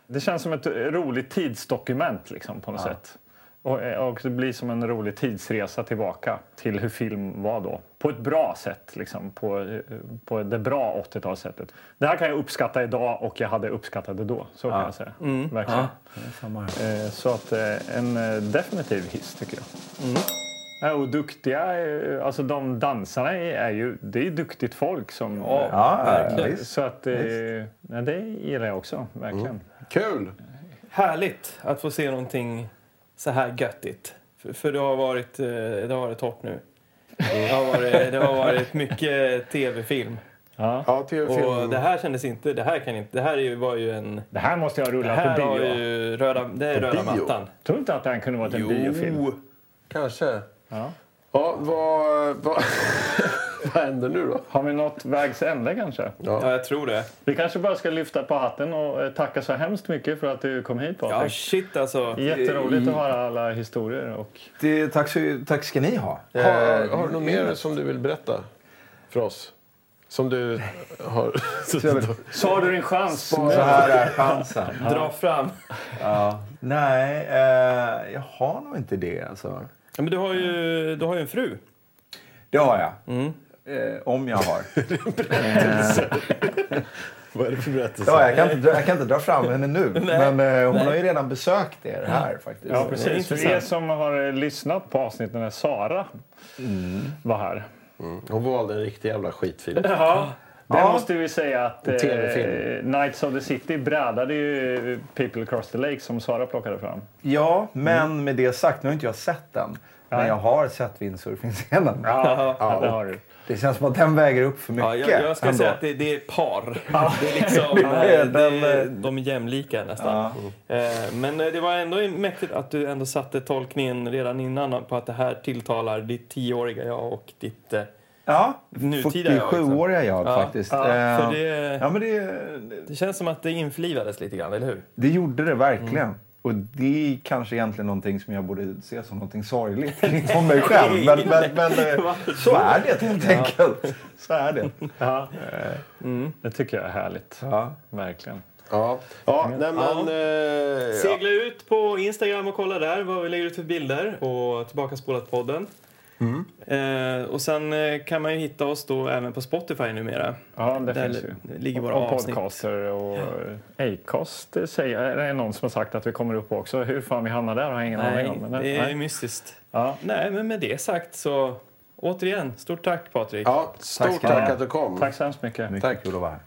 D: Det känns som ett roligt tidsdokument liksom på något sätt. Och, eh, och det blir som en rolig tidsresa tillbaka till hur film var då. På ett bra sätt, liksom. på, eh, på det bra 80-talssättet. Det här kan jag uppskatta idag och jag hade uppskattat det då. Så kan jag säga. Verkligen. Eh, Så att eh, en eh, definitiv hiss tycker jag.
B: Mm.
D: Ja, och duktiga, eh, alltså de dansarna är är ju, det är ju duktigt folk som...
E: Ja, ja,
D: Eh,
E: visst.
D: Så att, eh, nej, det gillar jag också, verkligen.
B: Mm.
A: Kul!
B: Härligt att få se någonting så här göttigt. För, för det har varit, eh, det har varit torrt nu. Det har varit, det har varit mycket tv-film.
A: Ja, tv-film.
B: Och det här kändes inte, det här kan inte, det här är ju- var ju en...
D: Det här måste jag
B: Det
D: rulla
B: här
D: på
B: var
D: bio.
B: ju röda, det är röda
A: bio?
B: mattan.
D: Tror inte att det här kunde varit en biofilm.
A: Kanske. Ja, vad, vad, vad händer nu då?
D: Har vi nått vägs ände kanske?
B: Ja, jag tror det.
D: Vi kanske bara ska lyfta på hatten och eh, tacka så hemskt mycket för att du kom hit
B: Ja,
D: Patrik.
B: shit alltså.
D: Jätteroligt att höra alla historier. Och...
E: Det, tack, så, tack ska ni ha. Eh,
A: Har, har du något mer som du vill berätta för oss? Som du har...
D: Så har du din chans.
E: Så här är chansen.
B: Dra fram.
E: Ja. Nej, eh, jag har nog inte det. Alltså.
B: Ja, men du har ju, du har ju en fru.
E: Det har jag.
D: Mm.
E: Eh, om jag har.
A: Vad är det för berättelse?
E: Ja, jag, kan inte, dra- jag kan inte dra fram henne nu, men eh, hon har ju redan besökt er här faktiskt.
D: Ja,
B: Det är
D: precis. För
B: intressant.
D: er som har eh, lyssnat på avsnittet när Sara
B: Mm.
D: var här.
A: Hon valde en riktig jävla skitfilm.
D: Där måste vi säga att eh,
A: TV-film.
D: Knights of the City brädade ju People Across the Lake som Sara plockade fram.
E: Ja, men med det sagt, nu har inte jag sett den. Men
D: Mm. Nej.
E: jag har sett windsurfingscenen.
D: Ja, det har du.
E: Det känns som att den väger upp för mycket.
B: Ja, jag, jag ska
E: ändå.
B: säga att det, det är par. Det är liksom,
E: Det är eh,
B: det, är-
E: den,
B: de är jämlika nästan. Eh, Men eh, det var ändå mäktigt att du ändå satte tolkningen redan innan på att det här tilltalar ditt tioåriga jag och ditt... eh,
E: Ja,
B: Nutida jag, liksom.
E: 47-åriga jag
B: Ja,
E: faktiskt.
B: ja,
E: Eh,
B: för det-
E: ja, men det,
B: Det känns som att det inflivades lite grann, eller hur?
E: det gjorde det verkligen.
D: Mm.
E: Och det är kanske egentligen någonting som jag borde se som någonting sorgligt om mig själv. Men, men, men eh, så är det helt enkelt. Så är det.
D: Ja. Eh,
B: Mm.
D: Det tycker jag är härligt.
E: Ja.
D: Verkligen.
A: Ja, ja nej men...
B: Ja.
A: eh, ja.
B: Segla ut på Instagram och kolla där vad vi lägger ut för bilder och tillbaka spolat podden. Eh, och sen eh, kan man ju hitta oss då även på Spotify numera.
D: Ja, det
B: Där
D: finns ju.
B: ligger våra
D: och
B: avsnitt.
D: podcaster och eh, Acast eh, säger, är det någon som har sagt att vi kommer upp också. Hur fan vi hamnar där har jag ingen aning
B: Nej,
D: om. men det-
B: det är
D: nej.
B: mystiskt.
D: Ja.
B: Nej, men med det sagt så återigen, stort tack Patrik.
A: Ja, stort
D: ska
A: tack,
D: ni ha.
A: att du kom.
D: Tack så hemskt mycket.
A: Tack.
E: Kul att vara här.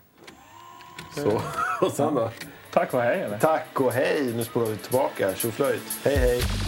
A: Så. Och sen då?
D: Tack och hej. Eller?
A: Tack och hej. Nu spolar vi tillbaka. Tjoflöjt. Hej, hej.